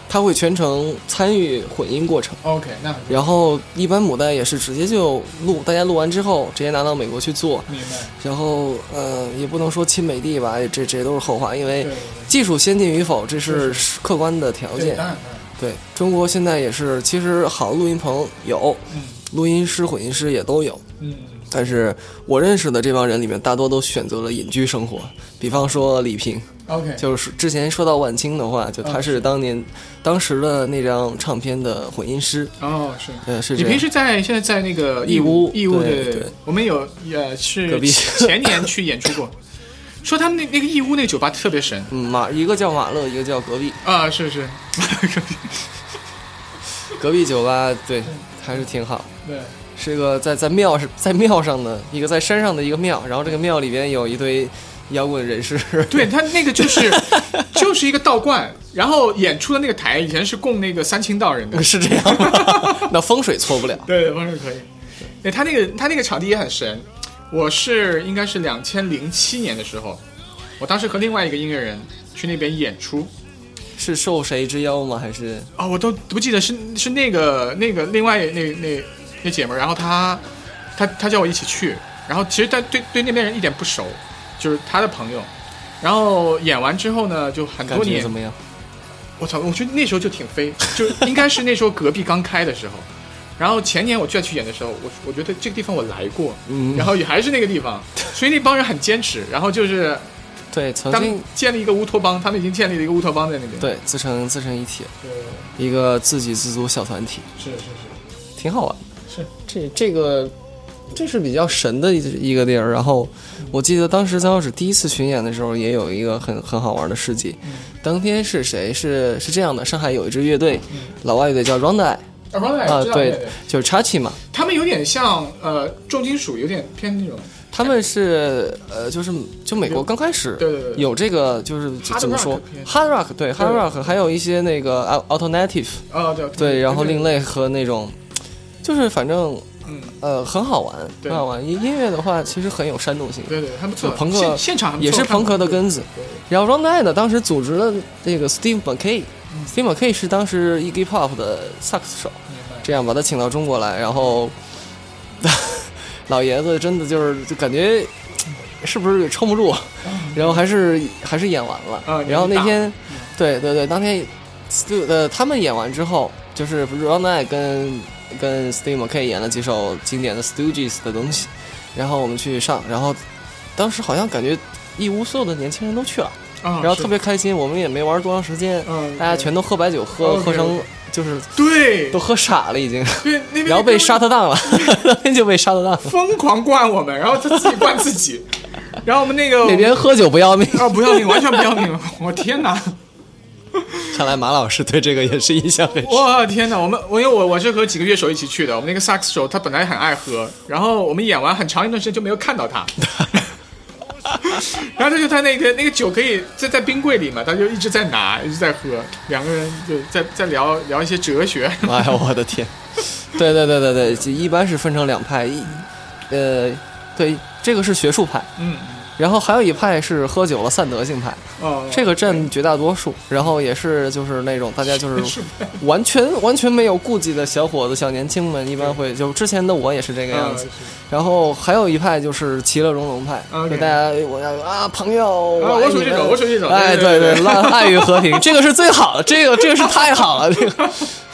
Speaker 3: 他会全程参与混音过程。
Speaker 2: OK，那很
Speaker 3: 然后一般母带也是直接就录，大家录完之后直接拿到美国去做，
Speaker 2: 明白。
Speaker 3: 然后呃也不能说亲美帝吧，这这都是后话，因为
Speaker 2: 对对
Speaker 3: 技术先进与否这
Speaker 2: 是
Speaker 3: 是客观的条
Speaker 2: 对，
Speaker 3: 件。
Speaker 2: 当然当然，
Speaker 3: 对中国现在也是，其实好录音棚有，
Speaker 2: 嗯
Speaker 3: 录音师、混音师也都有，
Speaker 2: 嗯，
Speaker 3: 但是我认识的这帮人里面，大多都选择了隐居生活。比方说李平，
Speaker 2: OK，
Speaker 3: 就是之前说到晚清的话，就他
Speaker 2: 嗯
Speaker 3: 啊是当年当时的那张唱片的混音师，
Speaker 2: 哦是。
Speaker 3: 呃，是
Speaker 2: 你
Speaker 3: 这
Speaker 2: 平
Speaker 3: 样。
Speaker 2: 时在现在在那个义
Speaker 3: 义乌
Speaker 2: 义乌
Speaker 3: 对
Speaker 2: 对
Speaker 3: 对，
Speaker 2: 我们有呃是
Speaker 3: 隔壁
Speaker 2: 前年去演出过，说他们那那个义乌那个酒吧特别神
Speaker 3: 嗯，马一个叫马勒，一个叫隔壁，
Speaker 2: 啊，是是，
Speaker 3: 隔壁酒吧对还是挺好，
Speaker 2: 对，
Speaker 3: 是个在在庙是在庙上的一个在山上的一个庙，然后这个庙里边有一堆摇滚人士，，
Speaker 2: 对他那个就是 就是一个道观，然后演出的那个台以前是供那个三清道人 的
Speaker 3: 是这样吗？那风水错不了。
Speaker 2: 对，方式可以。对他那个他那个场地也很神，我是应该是两千零七年的时候，我当时和另外一个音乐人去那边演出，
Speaker 3: 是受谁之邀吗？还是
Speaker 2: 啊、我都不记得是是那个那个另外那那那姐们儿，然后她她她叫我一起去，然后其实她对对那边人一点不熟，就是她的朋友，然后演完之后呢，就很
Speaker 3: 感
Speaker 2: 多
Speaker 3: 觉
Speaker 2: 年
Speaker 3: 怎，么样？
Speaker 2: 我操，我觉得那时候就挺飞，就应该是那时候隔壁刚开的时候，然后前年我再去演的时候，我我觉得这个地方我来过，
Speaker 3: 嗯
Speaker 2: 然后也还是那个 地方，所以那帮人很坚持，然后就是
Speaker 3: 对，曾
Speaker 2: 他们
Speaker 3: 经
Speaker 2: 建立一个乌托邦，他们已经建立了一个乌托邦在那边，
Speaker 3: 对自成自成一体，
Speaker 2: 对，
Speaker 3: 一个自给自足小团体，
Speaker 2: 是是是。
Speaker 3: 挺好玩。
Speaker 2: 是
Speaker 3: 这这个这是比较神的一一个地儿。然后
Speaker 2: 嗯
Speaker 3: 我记得当时张小史第一次巡演的时候，也有一个很很好玩的事迹。
Speaker 2: 嗯
Speaker 3: 当天是谁？是是这样的，上海有一支乐队，老外乐队叫 Rondi
Speaker 2: 啊，Runaway，
Speaker 3: 啊、
Speaker 2: 嗯知道
Speaker 3: 对，就是 Chachi 嘛。
Speaker 2: 他们有点像呃重金属，有点偏那种
Speaker 3: 他们是呃，就是就美国刚开始
Speaker 2: 对对对对
Speaker 3: 有这个，就是怎
Speaker 2: Hard
Speaker 3: 怎么
Speaker 2: rock
Speaker 3: 说
Speaker 2: 偏
Speaker 3: ，hard rock 对 hard rock，还有一些那个啊 alternative
Speaker 2: 啊，对
Speaker 3: 对，然后另
Speaker 2: 类
Speaker 3: 类和那种，就是反正
Speaker 2: 嗯，
Speaker 3: 呃很好玩，
Speaker 2: 对
Speaker 3: 很好玩。音音乐的话，其实很有煽动性，
Speaker 2: 对对，还不错，
Speaker 3: 就朋克
Speaker 2: 现现场还不错
Speaker 3: 也是朋克的根子。
Speaker 2: 对
Speaker 3: 然后 Rondi 呢，当时组织了这个 Steve McKay，Steve McKay 是当时 Iggy Pop 的萨克斯手，
Speaker 2: 嗯明白
Speaker 3: 这样把他请到中国来，然后老爷子真的就是就感觉是不是也撑不住，然后还是还是演完了，
Speaker 2: 啊
Speaker 3: 然后那天
Speaker 2: 嗯
Speaker 3: 对对对，当天 Stu 呃他们演完之后，就是 r o n a 跟跟 Steve McKay 演了几首经典的 Stooges 的东西，然后我们去上，然后当时好像感觉义乌所有的年轻人都去了，
Speaker 2: 啊，
Speaker 3: 然后
Speaker 2: 是
Speaker 3: 特别开心，我们也没玩多长时间，
Speaker 2: 嗯，哦
Speaker 3: 大家全都喝白酒，喝
Speaker 2: 对
Speaker 3: 喝成就是
Speaker 2: 对
Speaker 3: 都喝傻了已经。
Speaker 2: 对那 边
Speaker 3: 然后被
Speaker 2: 杀
Speaker 3: 沙特当了， 那边就被沙特当了。
Speaker 2: 疯狂灌我们，然后他自己灌自 己，然后我们那个
Speaker 3: 哪边喝酒不要命？
Speaker 2: 啊不要命，完全不要命，我天哪！
Speaker 3: 看来马老师对这个也是印象很深。
Speaker 2: 我天哪！我们我因为我我是和几个乐手一起去的，我们那个萨克斯手他本来很爱喝，然后我们演完很长一段时间就没有看到他， 然后他就他那个那个酒可以在在冰柜里嘛，他就一直在拿，一直在喝，两个人就在在聊聊一些哲学。
Speaker 3: 哎呀，我的天！对对对对对，就一般是分成两派，一呃，对，这个是学术派，
Speaker 2: 嗯，
Speaker 3: 然后还有一派是喝酒了散德性派，
Speaker 2: 哦，
Speaker 3: 这个占绝大多数，然后也是就是那种大家 就是完全完全没有顾忌的小伙子、小年轻们，一般会就之前的我也是这个
Speaker 2: 哦
Speaker 3: 样子。然后还有一派就是其乐融融派，
Speaker 2: 啊 OK
Speaker 3: 就大家我要啊朋友，我
Speaker 2: 我
Speaker 3: 爱
Speaker 2: 属于
Speaker 3: 你
Speaker 2: 这种
Speaker 3: 们
Speaker 2: 我属于这种
Speaker 3: 哎
Speaker 2: 对
Speaker 3: 对
Speaker 2: 对 对
Speaker 3: 滥爱与和平，这个是最好的，这个这个是太好 了，这个。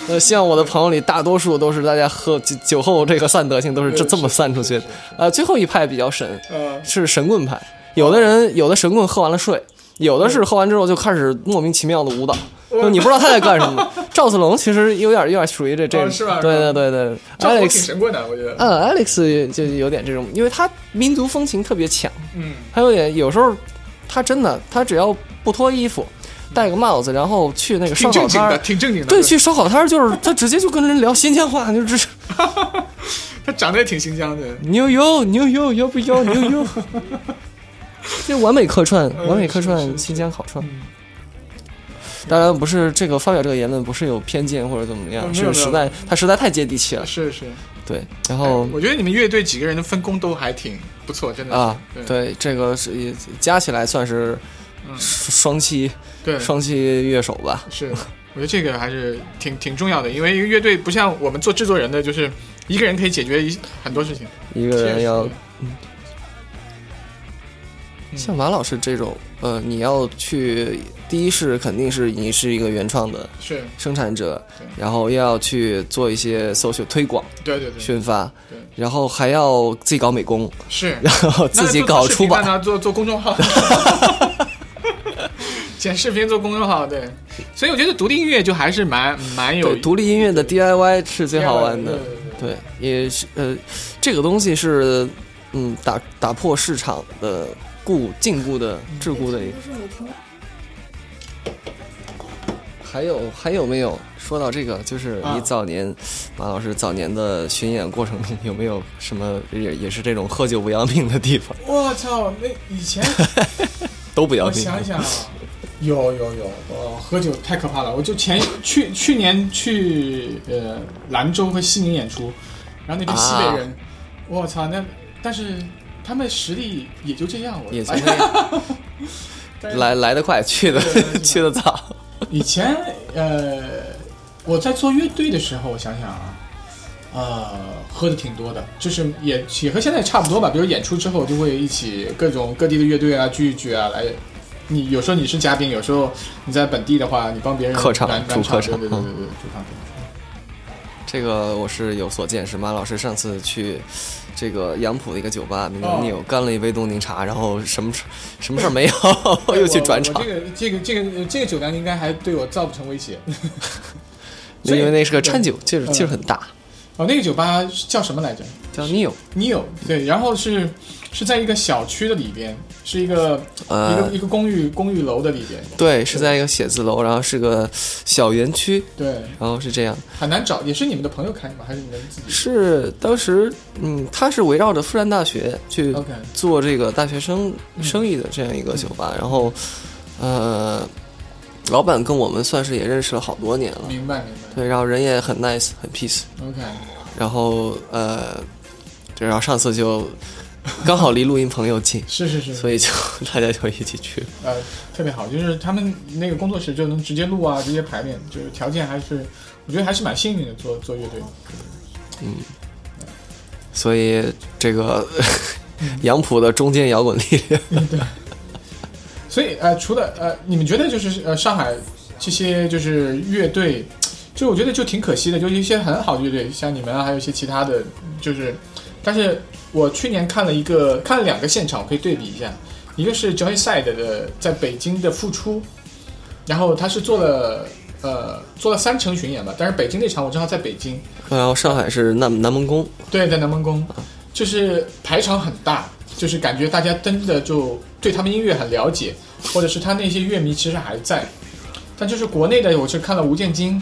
Speaker 3: 呃，希望我的朋友里大多数都是大家喝酒酒后这个散德性都是这这么散出去的。呃，最后一派比较神，
Speaker 2: 呃，
Speaker 3: 是神棍派，有的人有的神棍喝完了睡，有的是喝完之后就开始莫名其妙的舞蹈，
Speaker 2: 嗯
Speaker 3: 就你不知道他在干什么。赵子龙其实有点有点属于这这
Speaker 2: 哦
Speaker 3: 种，
Speaker 2: 是吧
Speaker 3: 对对对对
Speaker 2: 这我挺
Speaker 3: ，Alex，
Speaker 2: 神棍的，我觉得，
Speaker 3: 嗯，Alex 就有点这种，因为他民族风情特别强，
Speaker 2: 嗯，
Speaker 3: 还有点有时候他真的他只要不脱衣服，戴个帽子，然后去那个烧
Speaker 2: 挺
Speaker 3: 烤
Speaker 2: 正经
Speaker 3: 摊
Speaker 2: 的，
Speaker 3: 儿。
Speaker 2: 挺正经的，
Speaker 3: 对，去烧烤摊儿就是他直接就跟人聊新疆话，就是
Speaker 2: 他长得也挺新疆的，
Speaker 3: 牛油牛油要不要牛油？ 这完美客串，完美客
Speaker 2: 嗯是是
Speaker 3: 串，
Speaker 2: 是
Speaker 3: 新疆烤串。
Speaker 2: 嗯，
Speaker 3: 当然不是这个发表这个言论不是有偏见或者怎么
Speaker 2: 嗯
Speaker 3: 样，
Speaker 2: 没有
Speaker 3: 是
Speaker 2: 没有
Speaker 3: 实在他实在太接地气了。
Speaker 2: 是是，
Speaker 3: 对，然后
Speaker 2: 哎我觉得你们乐队几个人的分工都还挺不错，真的是
Speaker 3: 啊，
Speaker 2: 对
Speaker 3: 对这个是也加起来算是
Speaker 2: 嗯
Speaker 3: 双栖
Speaker 2: 对
Speaker 3: 双栖乐手吧。
Speaker 2: 是，我觉得这个还是挺挺重要的，因为一个乐队不像我们做制作人的，就是一个人可以解决一很多事情。
Speaker 3: 一个人要
Speaker 2: 嗯
Speaker 3: 像马老师这种，呃，你要去第一是肯定是你是一个原创的
Speaker 2: 是，
Speaker 3: 生产者
Speaker 2: 对，
Speaker 3: 然后又要去做一些 social 推广
Speaker 2: 对对对，
Speaker 3: 宣发
Speaker 2: 对，
Speaker 3: 然后还要自己搞美工，
Speaker 2: 是。
Speaker 3: 然后
Speaker 2: 那
Speaker 3: 自己
Speaker 2: 做
Speaker 3: 搞
Speaker 2: 做视
Speaker 3: 出
Speaker 2: 频
Speaker 3: 版
Speaker 2: 干。嘛做做公 众号，剪视频做公众号，对。所以我觉得独立音乐就还是蛮蛮有
Speaker 3: 对，独立音乐的 DIY 是最好玩的
Speaker 2: 对。对对
Speaker 3: 对，也是呃，这个东西是嗯打打破市场的固禁锢的桎梏的一个。还有还有没有？说到这个，就是
Speaker 2: 啊
Speaker 3: 你早年、马老师早年的巡演过程中，有没有什么也也是这种喝酒不要命的地方？
Speaker 2: 对我操，那以前
Speaker 3: 都不要
Speaker 2: 我
Speaker 3: 命。
Speaker 2: 想想啊，有有有，我喝酒太可怕了。我就前去去年去呃兰州和西宁演出，然后那边西
Speaker 3: 啊
Speaker 2: 北人，我、操，那但是他们实力也就这样，我
Speaker 3: 也从
Speaker 2: 哎
Speaker 3: 那
Speaker 2: 但是
Speaker 3: 来来得快，去的
Speaker 2: 哎对对对
Speaker 3: 去的早。
Speaker 2: 以前呃，我在做乐队的时候，我想想啊，呃，喝的挺多的，就是也也和现在差不多吧。比如演出之后，就会一起各种各地的乐队啊聚一聚啊，来。你有时候你是嘉宾，有时候你在本地的话，你帮别人
Speaker 3: 客场
Speaker 2: 暖暖
Speaker 3: 主客
Speaker 2: 场，对对对
Speaker 3: 场
Speaker 2: 对对，主场。
Speaker 3: 这个我是有所见识，马老师上次去这个杨浦的一个酒吧，那
Speaker 2: 哦
Speaker 3: 个你有干了一杯冻柠茶，然后什么事什么事儿没
Speaker 2: 哦
Speaker 3: 有， 又去转场
Speaker 2: 哎我，这个这个这个这个酒量应该还对我造不成威 胁。所以
Speaker 3: 因为那是个掺酒，劲儿
Speaker 2: 嗯
Speaker 3: 劲儿很大，
Speaker 2: 哦，那个酒吧叫什么来着？
Speaker 3: 叫 Neo，
Speaker 2: 你有对，然后是是在一个小区的里边，是一个、一
Speaker 3: 呃
Speaker 2: 个一，个公寓公寓楼的里边，
Speaker 3: 对，是在一个写字楼，然后是个小园区，
Speaker 2: 对，
Speaker 3: 然后是这样，
Speaker 2: 很难找，也是你们的朋友开的吗？还是你们自己
Speaker 3: 是当时嗯，它是围绕着复旦大学去
Speaker 2: ？OK，
Speaker 3: 做这个大学生生意的这样一个酒吧，然后呃，老板跟我们算是也认识了好多年了。
Speaker 2: 明白明白。
Speaker 3: 对，然后人也很 nice，很 peace，
Speaker 2: OK，，
Speaker 3: 然后呃，对，然后上次就刚好离录音棚又近
Speaker 2: 是是是，
Speaker 3: 所以就 大家就一起去。
Speaker 2: 呃特别好，就是他们那个工作室就能直接录啊，直接排练，就是条件还是我觉得还是蛮幸运的，做做乐队。
Speaker 3: 所以这个
Speaker 2: 嗯
Speaker 3: 杨浦的中间摇滚力量，
Speaker 2: 所以呃，除了呃，你们觉得就是呃，上海这些就是乐队，就我觉得就挺可惜的，就是一些很好的乐队，像你们啊，还有一些其他的，就是，但是我去年看了一个看了两个现场，我可以对比一下，一个是 Johnny Side 的在北京的复出，然后他是做了呃做了三城巡演吧，但是北京那场我正好在北京，
Speaker 3: 然后上海是南南门宫，
Speaker 2: 对，在南门宫，就是排场很大，就是感觉大家真的就对他们音乐很了解，或者是他那些乐迷其实还在。但就是国内的，我是看了吴建军，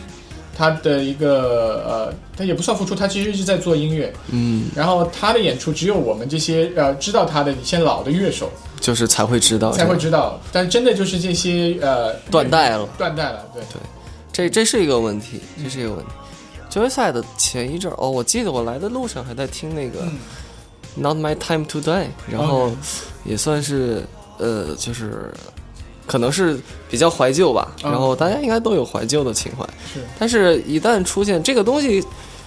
Speaker 2: 他的一个呃，他也不算付出，他其实一直在做音乐。
Speaker 3: 嗯，
Speaker 2: 然后他的演出只有我们这些呃知道他的一些老的乐手
Speaker 3: 哦就是才会知道这
Speaker 2: 才
Speaker 3: 个，
Speaker 2: 会知道，但真的就是这些呃
Speaker 3: 断代了。
Speaker 2: 断代了，对，
Speaker 3: 这这是一个问题，这是一个问题。决赛的前一阵儿，哦，我记得我来的路上还在听那个，
Speaker 2: 嗯哦
Speaker 3: Not My Time to Die，然后也算是呃，就是可能是比较怀旧吧，
Speaker 2: 嗯
Speaker 3: 然后大家应该都有怀旧的情怀，
Speaker 2: 是
Speaker 3: 但是一旦出现这个东西。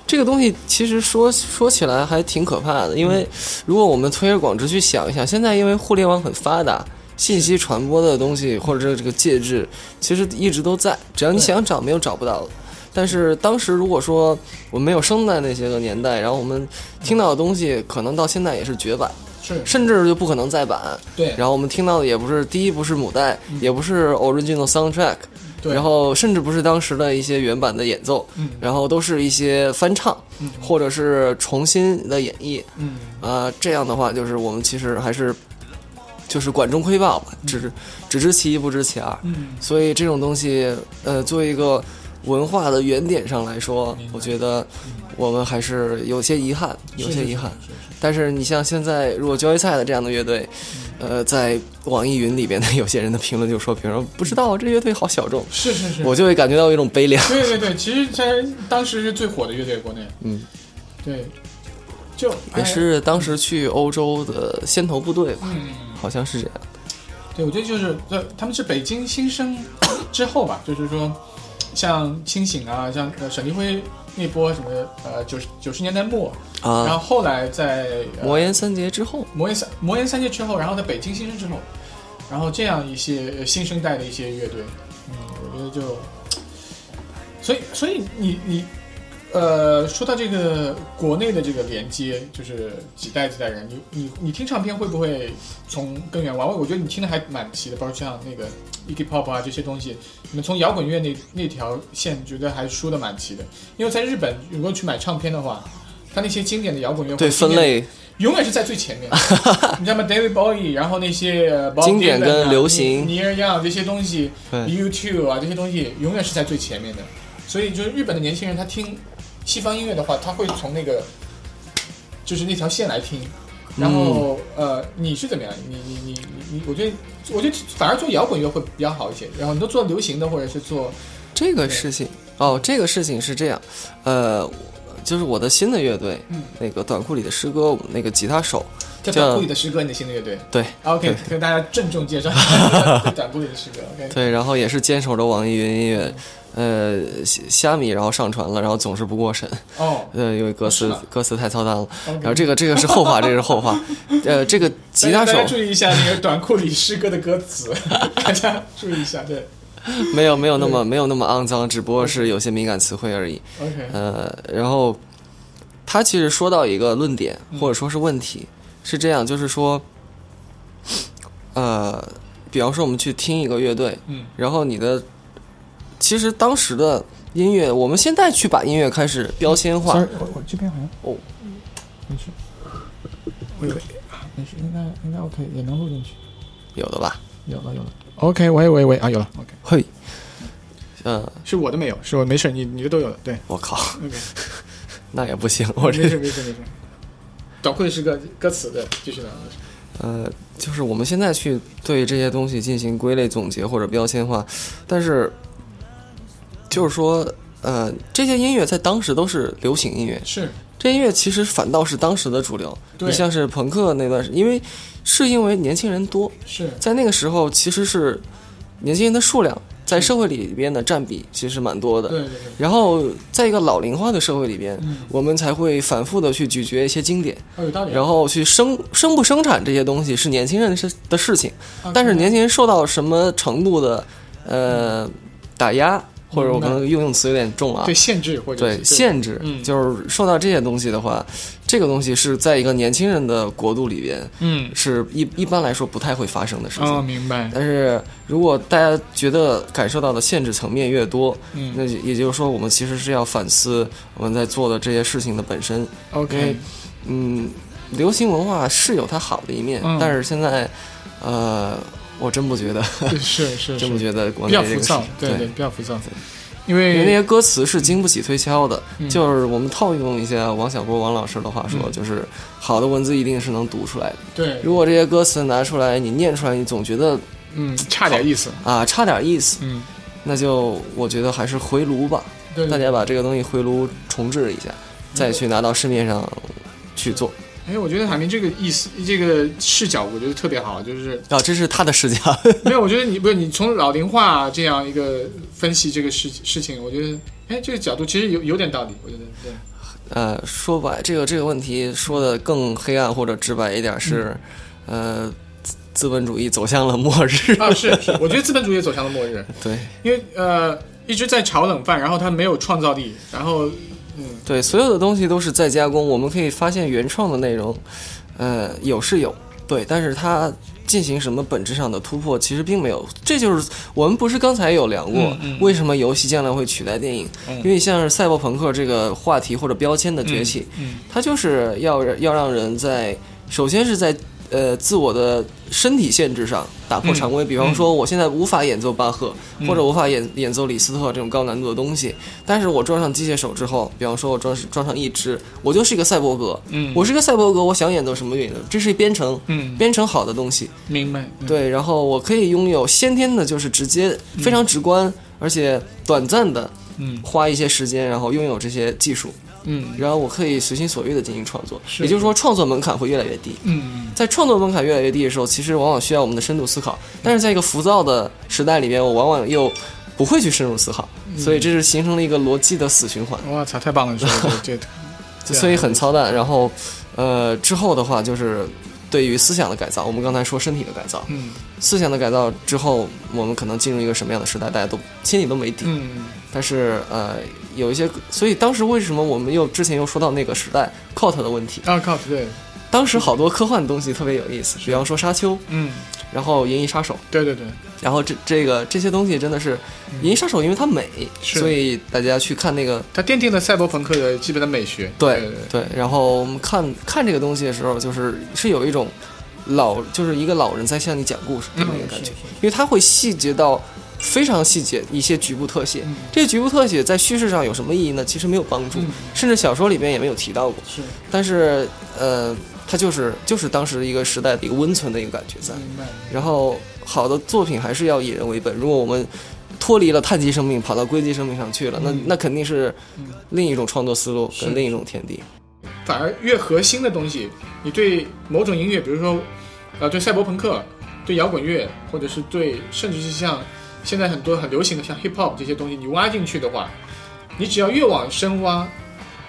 Speaker 3: 这个东西其实说说起来还挺可怕的，因
Speaker 2: 嗯
Speaker 3: 为如果我们推而广之去想一想，现在因为互联网很发达，信息传播的东西或者这这个介质，其实一直都在，只要你想找，没有找不到的。但是当时如果说我们没有生在那些个年代，然后我们听到的东西，可能到现在也是绝版，
Speaker 2: 是
Speaker 3: 甚至就不可能再版。
Speaker 2: 对
Speaker 3: 然后我们听到的也不是第一不是母带，也不是 original soundtrack，
Speaker 2: 嗯对
Speaker 3: 然后甚至不是当时的一些原版的演奏，
Speaker 2: 嗯
Speaker 3: 然后都是一些翻唱，或者是重新的演绎。
Speaker 2: 嗯
Speaker 3: 啊、这样的话就是我们其实还是就是管中窥豹吧，只只知其一不知其二。
Speaker 2: 嗯
Speaker 3: 所以这种东西，呃，作为一个文化的原点上来说
Speaker 2: 明白，嗯
Speaker 3: 我觉得我们还是有些遗憾，有些遗憾。
Speaker 2: 是是是
Speaker 3: 但是你像现在，如果交谊菜的这样的乐队，呃，在网易云里边的有些人的评论就说，评论不知道这乐队好小众，
Speaker 2: 是是是，
Speaker 3: 我就会感觉到有一种悲凉。
Speaker 2: 对对对，其实在当时是最火的乐队，国内，
Speaker 3: 嗯，
Speaker 2: 对，就
Speaker 3: 也，是当时去欧洲的先头部队吧
Speaker 2: 哎，嗯，
Speaker 3: 好像是这样。
Speaker 2: 对，我觉得就是这，他们是北京新生之后吧， 就是说，像清醒啊，像呃沈立辉那波什么，呃九十九十年代末，然后
Speaker 3: 啊，
Speaker 2: 后来在、呃、
Speaker 3: 魔岩三杰之后，
Speaker 2: 魔岩三魔岩三界之后，然后在北京新生之后，然后这样一些呃新生代的一些乐队，嗯，我觉得就，所以所以你你，呃，说到这个国内的这个连接，就是几代几代人，你你你听唱片会不会从根源玩？我我觉得你听的还蛮齐的，包括像那个
Speaker 3: 嗯
Speaker 2: Iggy Pop 啊这些东西，你们从摇滚乐那那条线，觉得还输的蛮齐的。因为在日本，如果去买唱片的话，它那些经典的摇滚乐或者
Speaker 3: 对
Speaker 2: 经
Speaker 3: 分
Speaker 2: 典的
Speaker 3: 类
Speaker 2: 永远是在最前 面。你知道吗？David Bowie，然后那些呃，Bob
Speaker 3: 经典
Speaker 2: Dylan 啊
Speaker 3: 跟流行
Speaker 2: ，Neil Young 这些东西
Speaker 3: 对
Speaker 2: ，YouTube 啊这些东西，永远是在最前面的。所以就是日本的年轻人，他听西方音乐的话，他会从那个就是那条线来听。然后、
Speaker 3: 嗯
Speaker 2: 呃，你是怎么样？你你你你你，我觉得我觉得反而做摇滚乐会比较好一些。然后你都做流行的，或者是做
Speaker 3: 这个事情哦，这个事情是这样，呃，就是我的新的乐队，
Speaker 2: 嗯
Speaker 3: 那个短裤里的诗歌，我们那个吉他手
Speaker 2: 叫
Speaker 3: 这样
Speaker 2: 短裤里的诗歌，你的新的乐队。啊
Speaker 3: 对
Speaker 2: OK，跟大家郑 重介绍 对短裤里的诗歌。OK，
Speaker 3: 对，然后也是坚守着网易云音乐，呃，虾虾米，然后上传了，然后总是不过审，
Speaker 2: 哦
Speaker 3: 呃，因为歌词
Speaker 2: 是哦吧
Speaker 3: 歌词太操蛋了。
Speaker 2: ，OK，
Speaker 3: 然后这个这个是后话，这个是后话， 呃，这个吉他
Speaker 2: 大
Speaker 3: 手
Speaker 2: 家注意一下那个短裤里诗歌的 歌词，大家注意一下。对
Speaker 3: 没有没有那么没有那么肮脏，只不过是有些敏感词汇而已。
Speaker 2: ，OK，
Speaker 3: 呃，然后他其实说到一个论点
Speaker 2: 嗯
Speaker 3: 或者说是问题，是这样，就是说，呃，比方说我们去听一个乐队，
Speaker 2: 嗯，
Speaker 3: 然后你的其实当时的音乐，我们现在去把音乐开始标签化，
Speaker 2: 我我这边好像
Speaker 3: 哦，
Speaker 2: 没事，我以为没事，应该应该 OK，也能录进去，
Speaker 3: 有的吧？
Speaker 2: 有了有了。OK，喂喂喂啊，有了，OK，
Speaker 3: 嘿，呃，
Speaker 2: 是我的没有，是我没事，你你的都有 了，对
Speaker 3: 我靠，
Speaker 2: ，OK，
Speaker 3: 那也不行，我
Speaker 2: 没事
Speaker 3: 这
Speaker 2: 没事没事，短裤里诗歌歌词对，继续聊，没事
Speaker 3: 呃，就是我们现在去对这些东西进行归类、总结或者标签化，但是就是说，呃，这些音乐在当时都是流行音乐，
Speaker 2: 是
Speaker 3: 这音乐其实反倒是当时的主流。
Speaker 2: 对
Speaker 3: 你像是朋克那段时，因为是因为年轻人多，
Speaker 2: 是
Speaker 3: 在那个时候其实是年轻人的数量在社会里边的占比其实蛮多的。
Speaker 2: 对对对，
Speaker 3: 然后，在一个老龄化的社会里边，
Speaker 2: 嗯
Speaker 3: 我们才会反复的去咀嚼一些经典，
Speaker 2: 哦有道理。
Speaker 3: 然后去生生不生产这些东西是年轻人是的事情，
Speaker 2: OK
Speaker 3: 但是年轻人受到什么程度的呃打压，或者我可能用用词有点重啊
Speaker 2: 对，限制或者是
Speaker 3: 对限制
Speaker 2: 嗯，
Speaker 3: 就是受到这些东西的话，这个东西是在一个年轻人的国度里边
Speaker 2: 嗯
Speaker 3: 是一一般来说不太会发生的事
Speaker 2: 哦，
Speaker 3: 情。
Speaker 2: 明白
Speaker 3: 但是如果大家觉得感受到的限制层面越多，
Speaker 2: 嗯
Speaker 3: 那也就是说，我们其实是要反思我们在做的这些事情的本身。因为
Speaker 2: ，OK，
Speaker 3: 嗯，流行文化是有它好的一面，
Speaker 2: 嗯
Speaker 3: 但是现在，呃，我真不觉得，
Speaker 2: 是是
Speaker 3: 真
Speaker 2: 是
Speaker 3: 不。觉得国
Speaker 2: 比
Speaker 3: 内
Speaker 2: 较
Speaker 3: 这
Speaker 2: 浮
Speaker 3: 个事
Speaker 2: 躁
Speaker 3: 情，
Speaker 2: 对
Speaker 3: 对。
Speaker 2: 比较浮躁，
Speaker 3: 因
Speaker 2: 因
Speaker 3: 为那
Speaker 2: 为
Speaker 3: 些歌词是经不起推敲的，
Speaker 2: 嗯
Speaker 3: 就是我们套用一下王小波王老师的话说，
Speaker 2: 嗯
Speaker 3: 就是好的文字一定是能读出来的。
Speaker 2: 对，
Speaker 3: 如果这些歌词拿出来，你念出来，你总觉得
Speaker 2: 嗯，差点意思，
Speaker 3: 啊差点意思，
Speaker 2: 嗯，
Speaker 3: 那就我觉得还是回炉吧，
Speaker 2: 对，嗯
Speaker 3: 大家把这个东西回炉重置一下，再去拿到市面上去做。
Speaker 2: 哎，我觉得海明这个意思，这个视角，我觉得特别好，就是
Speaker 3: 啊，这是他的视角。
Speaker 2: 没有，我觉得你不是你从老龄化这样一个分析这个事事情，我觉得，哎，这个角度其实有有点道理，我觉得对。
Speaker 3: 呃，说白这个这个问题说的更黑暗或者直白一点是，呃，资资本主义走向了末日。
Speaker 2: 啊，是，我觉得资本主义走向了末日，
Speaker 3: 对
Speaker 2: 因为呃一直在炒冷饭，然后它没有创造力，然后嗯，
Speaker 3: 对，所有的东西都是再加工，我们可以发现原创的内容，呃，有是有，对，但是它进行什么本质上的突破，其实并没有。这就是我们不是刚才有聊过，为什么游戏将来会取代电影？因为像是赛博朋克这个话题或者标签的
Speaker 2: 嗯
Speaker 3: 崛起，它就是要要让人在首先是在。呃，自我的身体限制上打破常规，比方说，我现在无法演奏巴赫，
Speaker 2: 嗯
Speaker 3: 或者无法演演奏李斯特这种高难度的东西，但是我装上机械手之后，比方说我装装上一只，我就是一个赛博格，
Speaker 2: 嗯
Speaker 3: 我是一个赛博格，我想演奏什么演奏，这是编程，
Speaker 2: 嗯
Speaker 3: 编程好的东西，
Speaker 2: 明白，嗯，
Speaker 3: 对，然后我可以拥有先天的，就是直接非常直观，而且短暂的
Speaker 2: 嗯
Speaker 3: 花一些时间，然后拥有这些技术，
Speaker 2: 嗯
Speaker 3: 然后我可以随心所欲的进行创作，
Speaker 2: 是
Speaker 3: 也就是说，创作门槛会越来越低。
Speaker 2: 嗯，
Speaker 3: 在创作门槛越来越低的时候，其实往往需要我们的深度思考。但是在一个浮躁的时代里面，我往往又不会去深入思考，
Speaker 2: 嗯
Speaker 3: 所以这是形成了一个逻辑的死循环，
Speaker 2: 我嗯操，太棒了，你说的这个这样
Speaker 3: 所以很操蛋。然后，呃，之后的话就是对于思想的改造，我们刚才说身体的改造，
Speaker 2: 嗯
Speaker 3: 思想的改造之后，我们可能进入一个什么样的时代，大家都心里都没底。
Speaker 2: 嗯
Speaker 3: 但是呃，有一些，所以当时为什么我们又之前又说到那个时代 cot 的问题？
Speaker 2: 啊靠，对，
Speaker 3: 当时好多科幻的东西特别有意思，比方说《沙丘》，
Speaker 2: 嗯，
Speaker 3: 然后《银翼杀手》。
Speaker 2: 对对对，
Speaker 3: 然后这这个这些东西真的是《银翼杀手》，因为它美，
Speaker 2: 是
Speaker 3: 所以大家去看那个
Speaker 2: 它奠定了赛博朋克的基本的美学，
Speaker 3: 对
Speaker 2: 对
Speaker 3: 对。然后我们看看这个东西的时候，就是是有一种老就是一个老人在向你讲故事这么一个感觉，因为他会细节到非常细节一些局部特写。这些局部特写在叙事上有什么意义呢？其实没有帮助，甚至小说里边也没有提到过。
Speaker 2: 是
Speaker 3: 但是呃，它就是就是当时一个时代的一个温存的一个感觉在。
Speaker 2: 明白，
Speaker 3: 然后好的作品还是要以人为本。如果我们脱离了碳基生命，跑到硅基生命上去了，那那肯定是另一种创作思路跟另一种天地。
Speaker 2: 反而越核心的东西，你对某种音乐，比如说，呃，对赛博朋克，对摇滚乐，或者是对，甚至是像现在很多很流行的像 hip hop 这些东西，你挖进去的话，你只要越往深挖，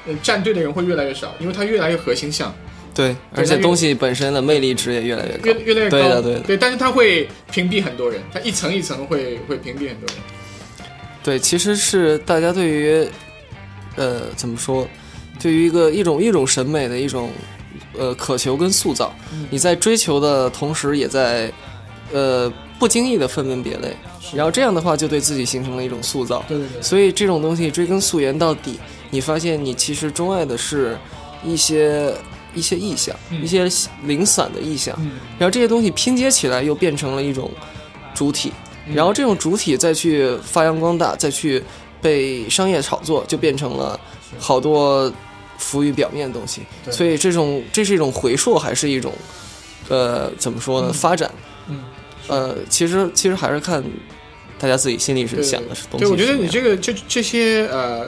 Speaker 2: 呃，站队的人会越来越少，因为它越来越核心向，
Speaker 3: 对，而且东西本身的魅力值也越来越
Speaker 2: 越
Speaker 3: 高。
Speaker 2: 越来越高，
Speaker 3: 对的对的
Speaker 2: 但是它会屏蔽很多人，它一层一层会会屏蔽很多人，
Speaker 3: 对，其实是大家对于，呃，怎么说，对于一个一种一种审美的一种，呃，渴求跟塑造。你在追求的同时，也在，呃，不经意的分门别类，然后这样的话就对自己形成了一种塑造。
Speaker 2: 嗯对对对，
Speaker 3: 所以这种东西追根溯源到底，你发现你其实钟爱的是一些一些意象，
Speaker 2: 嗯
Speaker 3: 一些零散的意象，
Speaker 2: 嗯
Speaker 3: 然后这些东西拼接起来又变成了一种主体，然后这种主体再去发扬光大，再去被商业炒作，就变成了好多浮于表面的东西。
Speaker 2: 对
Speaker 3: 所以这种这是一种回溯，还是一种呃怎么说呢？发展
Speaker 2: 嗯。
Speaker 3: 呃，其实其实还是看大家自己心里是想的是东西是什么样。
Speaker 2: 对，我觉得你这个这这些呃，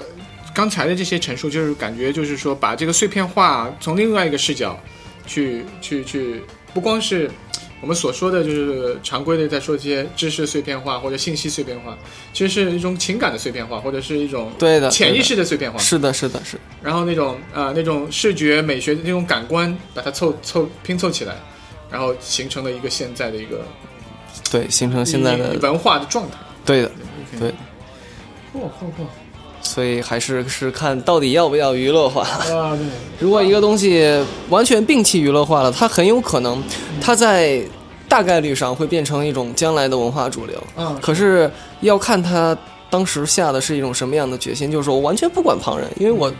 Speaker 2: 刚才的这些陈述，就是感觉就是说，把这个碎片化从另外一个视角去去去，不光是呃我们所说的就是常规的在说这些知识碎片化或者信息碎片化，其实是一种情感的碎片化，或者是一种
Speaker 3: 对的，
Speaker 2: 潜意
Speaker 3: 对的
Speaker 2: 识的碎片化。
Speaker 3: 是的，是的，是的
Speaker 2: 然后那种呃那种视觉美学的那种感官，把它凑凑拼凑起来，然后形成了一个现在的一个
Speaker 3: 对，形成现在
Speaker 2: 一
Speaker 3: 的
Speaker 2: 文化的状态。
Speaker 3: 对的，对，
Speaker 2: 嚯嚯
Speaker 3: 所以还是是看到底要不要娱乐化。
Speaker 2: 嚯！啊，对。
Speaker 3: 如果一个东西完全摒弃娱乐化了，它很有可能，它在大概率上会变成一种将来的文化主流。
Speaker 2: 嗯
Speaker 3: 可是要看他当时下的是一种什么样的决心，就是说我完全不管旁人，因为我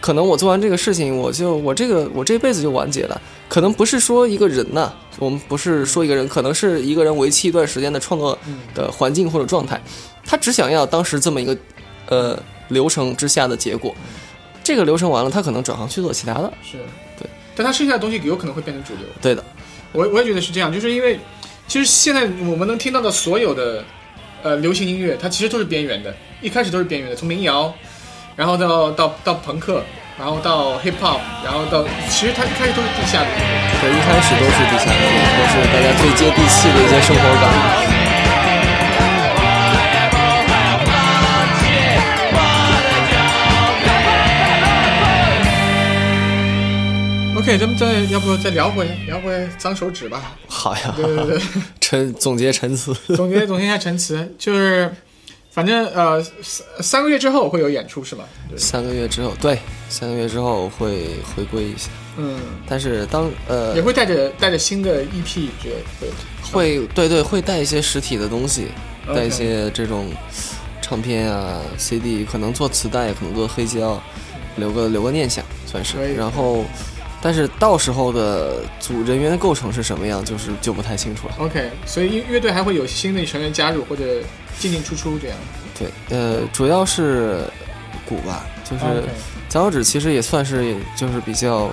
Speaker 3: 可能我做完这个事情，我就我这个我这辈子就完结了。可能不是说一个人呐、我们不是说一个人，可能是一个人为期一段时间的创作
Speaker 2: 嗯
Speaker 3: 的环境或者状态，他只想要当时这么一个呃流程之下的结果。这个流程完了，他可能转行去做其他的。
Speaker 2: 是，
Speaker 3: 对。
Speaker 2: 但他剩下的东西有可能会变成主流，
Speaker 3: 对的，
Speaker 2: 我我也觉得是这样，就是因为其实现在我们能听到的所有的呃流行音乐，它其实都是边缘的，一开始都是边缘的，从民谣，然后到到到朋克，然后到 hip hop，然后到其实它一开始都是地下的。
Speaker 3: 对，一开始都是地下的，都是大家最接地气的一些生活感。
Speaker 2: OK，咱们再要不再聊回聊回脏手指吧？
Speaker 3: 好呀，
Speaker 2: 对对对，
Speaker 3: 陈总结陈词，
Speaker 2: 总结总结一下陈词，就是反正呃三三个月之后会有演出是吧？对
Speaker 3: 三个月之后，对，三个月之后会回归一下，
Speaker 2: 嗯，
Speaker 3: 但是当呃
Speaker 2: 也会带着带着新的 E EP 之类的。
Speaker 3: 会对对会带一些实体的东西，
Speaker 2: OK
Speaker 3: 带一些这种唱片啊、CD，可能做磁带，可能做黑胶，留个留个念想算
Speaker 2: 可以
Speaker 3: 是。然后，但是到时候的组人员的构成是什么样，就是就不太清楚了。
Speaker 2: OK，所以乐乐队还会有新的成员加入或者进进出出这样。
Speaker 3: 对，呃，主要是鼓吧，就是蒋小指其实也算是就是比较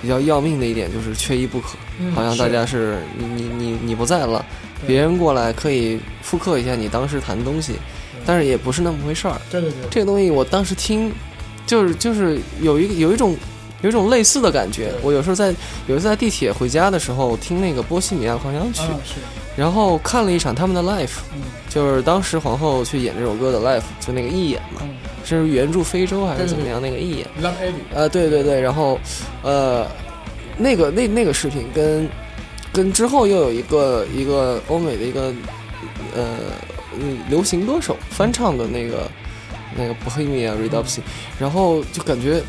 Speaker 3: 比较要命的一点，就是缺一不可。
Speaker 2: 嗯
Speaker 3: 好像大家是你你你你不在了，
Speaker 2: 对
Speaker 3: 别人过来可以复刻一下你当时弹的东西，但是也不是那么回事儿。
Speaker 2: 是对对对，
Speaker 3: 这个东西我当时听，就是就是有一个有一种有一种类似的感觉
Speaker 2: 对。
Speaker 3: 我有时候在有一次在地铁回家的时候听那个《波西米亚狂想曲》，
Speaker 2: 啊是，
Speaker 3: 然后看了一场他们的 live，
Speaker 2: 嗯
Speaker 3: 就是当时皇后去演这首歌的 live，就那个义演嘛，
Speaker 2: 嗯
Speaker 3: 是援助非洲还是
Speaker 2: 对对
Speaker 3: 怎么
Speaker 2: 对
Speaker 3: 样那个义演。
Speaker 2: ，Love Eddie，
Speaker 3: 呃，对对对，然后，呃，那个那那个视频跟跟之后又有一个一个欧美的一个呃嗯流行歌手翻唱的那个那个 Bohemian Rhapsody，然后就感觉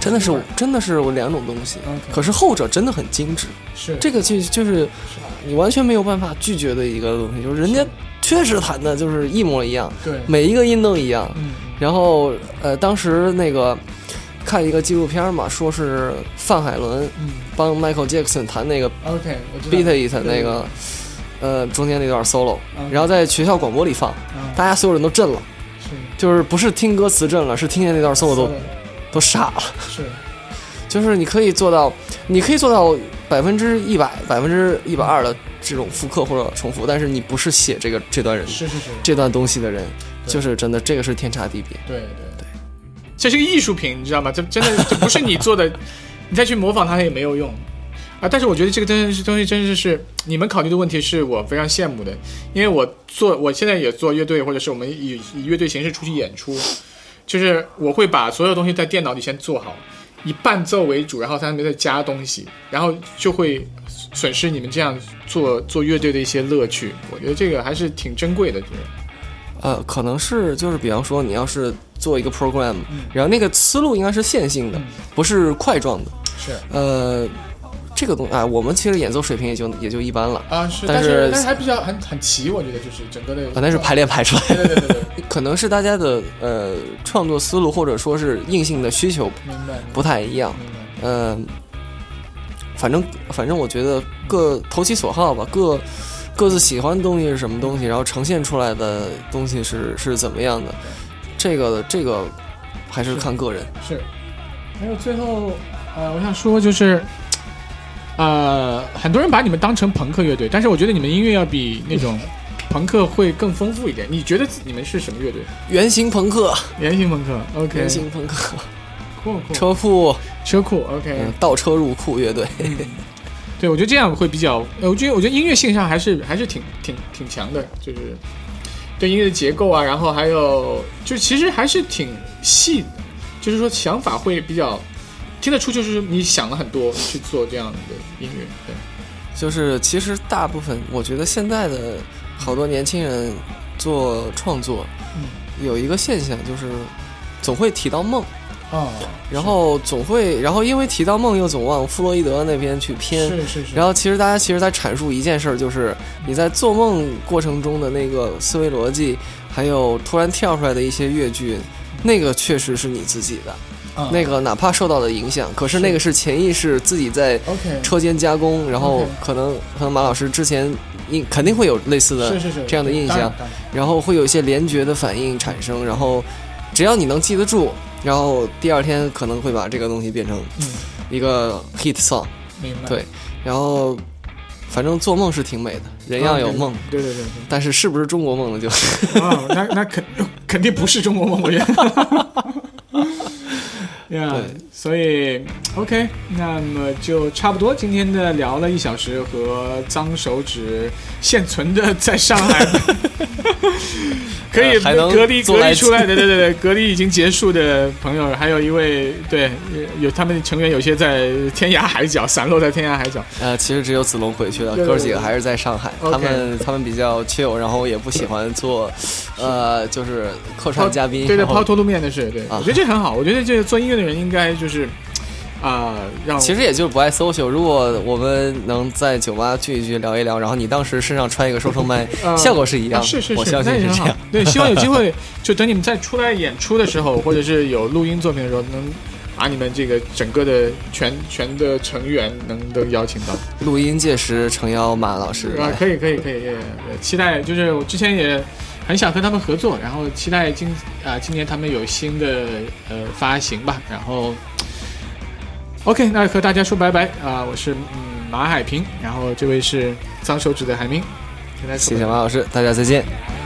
Speaker 3: 真的是真的是我两种东西，
Speaker 2: OK
Speaker 3: 可是后者真的很精致，
Speaker 2: 是
Speaker 3: 这个就就是
Speaker 2: 是吧
Speaker 3: 你完全没有办法拒绝的一个东西，就是人家确实弹的就是一模一样，
Speaker 2: 对，
Speaker 3: 每一个音都一样，
Speaker 2: 嗯
Speaker 3: 然后呃，当时那个看一个纪录片嘛，说是范海伦
Speaker 2: 嗯
Speaker 3: 帮 Michael Jackson 弹那个
Speaker 2: ，OK，我知道
Speaker 3: Beat It
Speaker 2: 对
Speaker 3: 那个呃中间那段 solo，
Speaker 2: 嗯
Speaker 3: 然后在学校广播里放，
Speaker 2: 嗯
Speaker 3: 大家所有人都震了，
Speaker 2: 是
Speaker 3: 就是不是听歌词震了，是听见那段 solo 都都傻了。
Speaker 2: 是
Speaker 3: 就是你可以做到，你可以做到百分之一百、百分之一百二的这种复刻或者重复，但是你不是写这个这段人
Speaker 2: 是是是，
Speaker 3: 这段东西的人，
Speaker 2: 对
Speaker 3: 就是真的这个是天差地别。
Speaker 2: 对对对，这是个艺术品，你知道吗？这真的这不是你 做的，你再去模仿它也没有用啊。但是我觉得这个真是东西，真的是你们考虑的问题，是我非常羡慕的，因为我做我现在也做乐队，或者是我们以以乐队形式出去演出，就是我会把所有东西在电脑里先做好。以伴奏为主，然后他们再加东西，然后就会损失你们这样做做乐队的一些乐趣。我觉得这个还是挺珍贵的，就是
Speaker 3: 呃，可能是就是比方说，你要是做一个 program，、然后
Speaker 2: 嗯
Speaker 3: 那个思路应该是线性的，不是块状的。
Speaker 2: 是
Speaker 3: 呃，这个东啊，我们其实演奏水平也就也就一般了，
Speaker 2: 啊，是，
Speaker 3: 但
Speaker 2: 但
Speaker 3: 是
Speaker 2: 但是还比较很很齐，我觉得就是整个的，
Speaker 3: 啊，那是排练排出来
Speaker 2: 对
Speaker 3: 的。
Speaker 2: 对对对对，
Speaker 3: 可能是大家的呃创作思路或者说是硬性的需求
Speaker 2: 明白
Speaker 3: 不太一样。
Speaker 2: 明白，
Speaker 3: 嗯，反正反正我觉得各投其所好吧，各各自喜欢的东西是什么东西，然后呈现出来的东西是是怎么样的，这个这个还是看个人。
Speaker 2: 是。还有最后，呃，我想说就是，呃，很多人把你们当成朋克乐队，但是我觉得你们音乐要比那种朋克会更丰富一点。你觉得你们是什么 乐队？
Speaker 3: 原型朋克，
Speaker 2: 圆形朋克，OK，哦
Speaker 3: 原型朋克，
Speaker 2: 酷酷
Speaker 3: 车库，
Speaker 2: 车库，OK，、
Speaker 3: 嗯，倒车入库乐队，
Speaker 2: 嗯对，我觉得这样会比较，呃我觉得我觉得音乐性上还是还是挺挺挺强的，就是对音乐的结构啊，然后还有就其实还是挺细的，就是说想法会比较听得出，就是你想了很多去做这样的音乐，对，
Speaker 3: 就是其实大部分我觉得现在的好多年轻人做创作，
Speaker 2: 嗯
Speaker 3: 有一个现象就是总会提到梦。
Speaker 2: 哦，
Speaker 3: 然后总会，然后因为提到梦，又总往弗洛伊德那边去偏。
Speaker 2: 是是是，
Speaker 3: 然
Speaker 2: 后
Speaker 3: 后其实大家其实在阐述一件事儿，就是你在做梦过程中的那个思维逻辑，还有突然跳出来的一些乐句，
Speaker 2: 嗯
Speaker 3: 那个确实是你自己的，
Speaker 2: 啊
Speaker 3: 那个哪怕受到了影响，可是那个是潜意识自己在
Speaker 2: OK，
Speaker 3: 车间加工，然后
Speaker 2: OK
Speaker 3: 可能可能马老师之前印肯定会有类似的
Speaker 2: 是是是
Speaker 3: 这样的印
Speaker 2: 当然
Speaker 3: 象，
Speaker 2: 当然
Speaker 3: 然后会有一些联觉的反应产生，然后只要你能记得住，然后第二天可能会把这个东西变成
Speaker 2: 嗯
Speaker 3: 一个 hit song，
Speaker 2: 明白，
Speaker 3: 对，然后反正做梦是挺美的，人要有梦，
Speaker 2: 哦对对对对。
Speaker 3: 但是是不是中国梦呢？就
Speaker 2: 啊，那那肯肯定不是中国梦，我觉得。 呀
Speaker 3: 对，
Speaker 2: 所以 OK，那么就差不多今天的聊了一小时和脏手指现存的在上海 可以
Speaker 3: 呃还能
Speaker 2: 隔离
Speaker 3: 做
Speaker 2: 隔离
Speaker 3: 来
Speaker 2: 出来的，对对对，隔离已经结束的朋友，还有一位对有他们成员有些在天涯海角散落在天涯海角，
Speaker 3: 呃，其实只有子龙回去了，
Speaker 2: 对对
Speaker 3: 哥儿几
Speaker 2: 对
Speaker 3: 个还是在上海。
Speaker 2: OK
Speaker 3: 他们他们比较 chill，然后也不喜欢做，呃，就是客
Speaker 2: 抛
Speaker 3: 串嘉宾。
Speaker 2: 对对，
Speaker 3: 然后
Speaker 2: 抛头露面的事，对，
Speaker 3: 啊
Speaker 2: 我觉得这很好，我觉得这个做音乐的人应该就是啊，让
Speaker 3: 其实也就是不爱 social。如果我们能在酒吧聚一聚，聊一聊，然后你当时身上穿一个收声 麦，
Speaker 2: 呃
Speaker 3: 效果是一样
Speaker 2: 啊
Speaker 3: 的。
Speaker 2: 是是
Speaker 3: 我
Speaker 2: 是，
Speaker 3: 相
Speaker 2: 那
Speaker 3: 信
Speaker 2: 也
Speaker 3: 是
Speaker 2: 很
Speaker 3: 这
Speaker 2: 好
Speaker 3: 样。。
Speaker 2: 对，希望有机会， 就等你们再出来演出的时候，或者是有录音作品的时候，能把你们这个整个的全全的成员能都邀请到。
Speaker 3: 录音届时诚邀马老师
Speaker 2: 啊
Speaker 3: 来，。
Speaker 2: 可以可以可以，也也呃期待就是我之前也很想和他们合作，然后期待今啊、今年他们有新的呃发行吧，然后 OK，那和大家说拜拜啊、我是嗯马海平，然后这位是脏手指的海明，跟大家说
Speaker 3: 谢
Speaker 2: 拜
Speaker 3: 谢
Speaker 2: 拜
Speaker 3: 马老师，大家再见。
Speaker 2: 拜拜。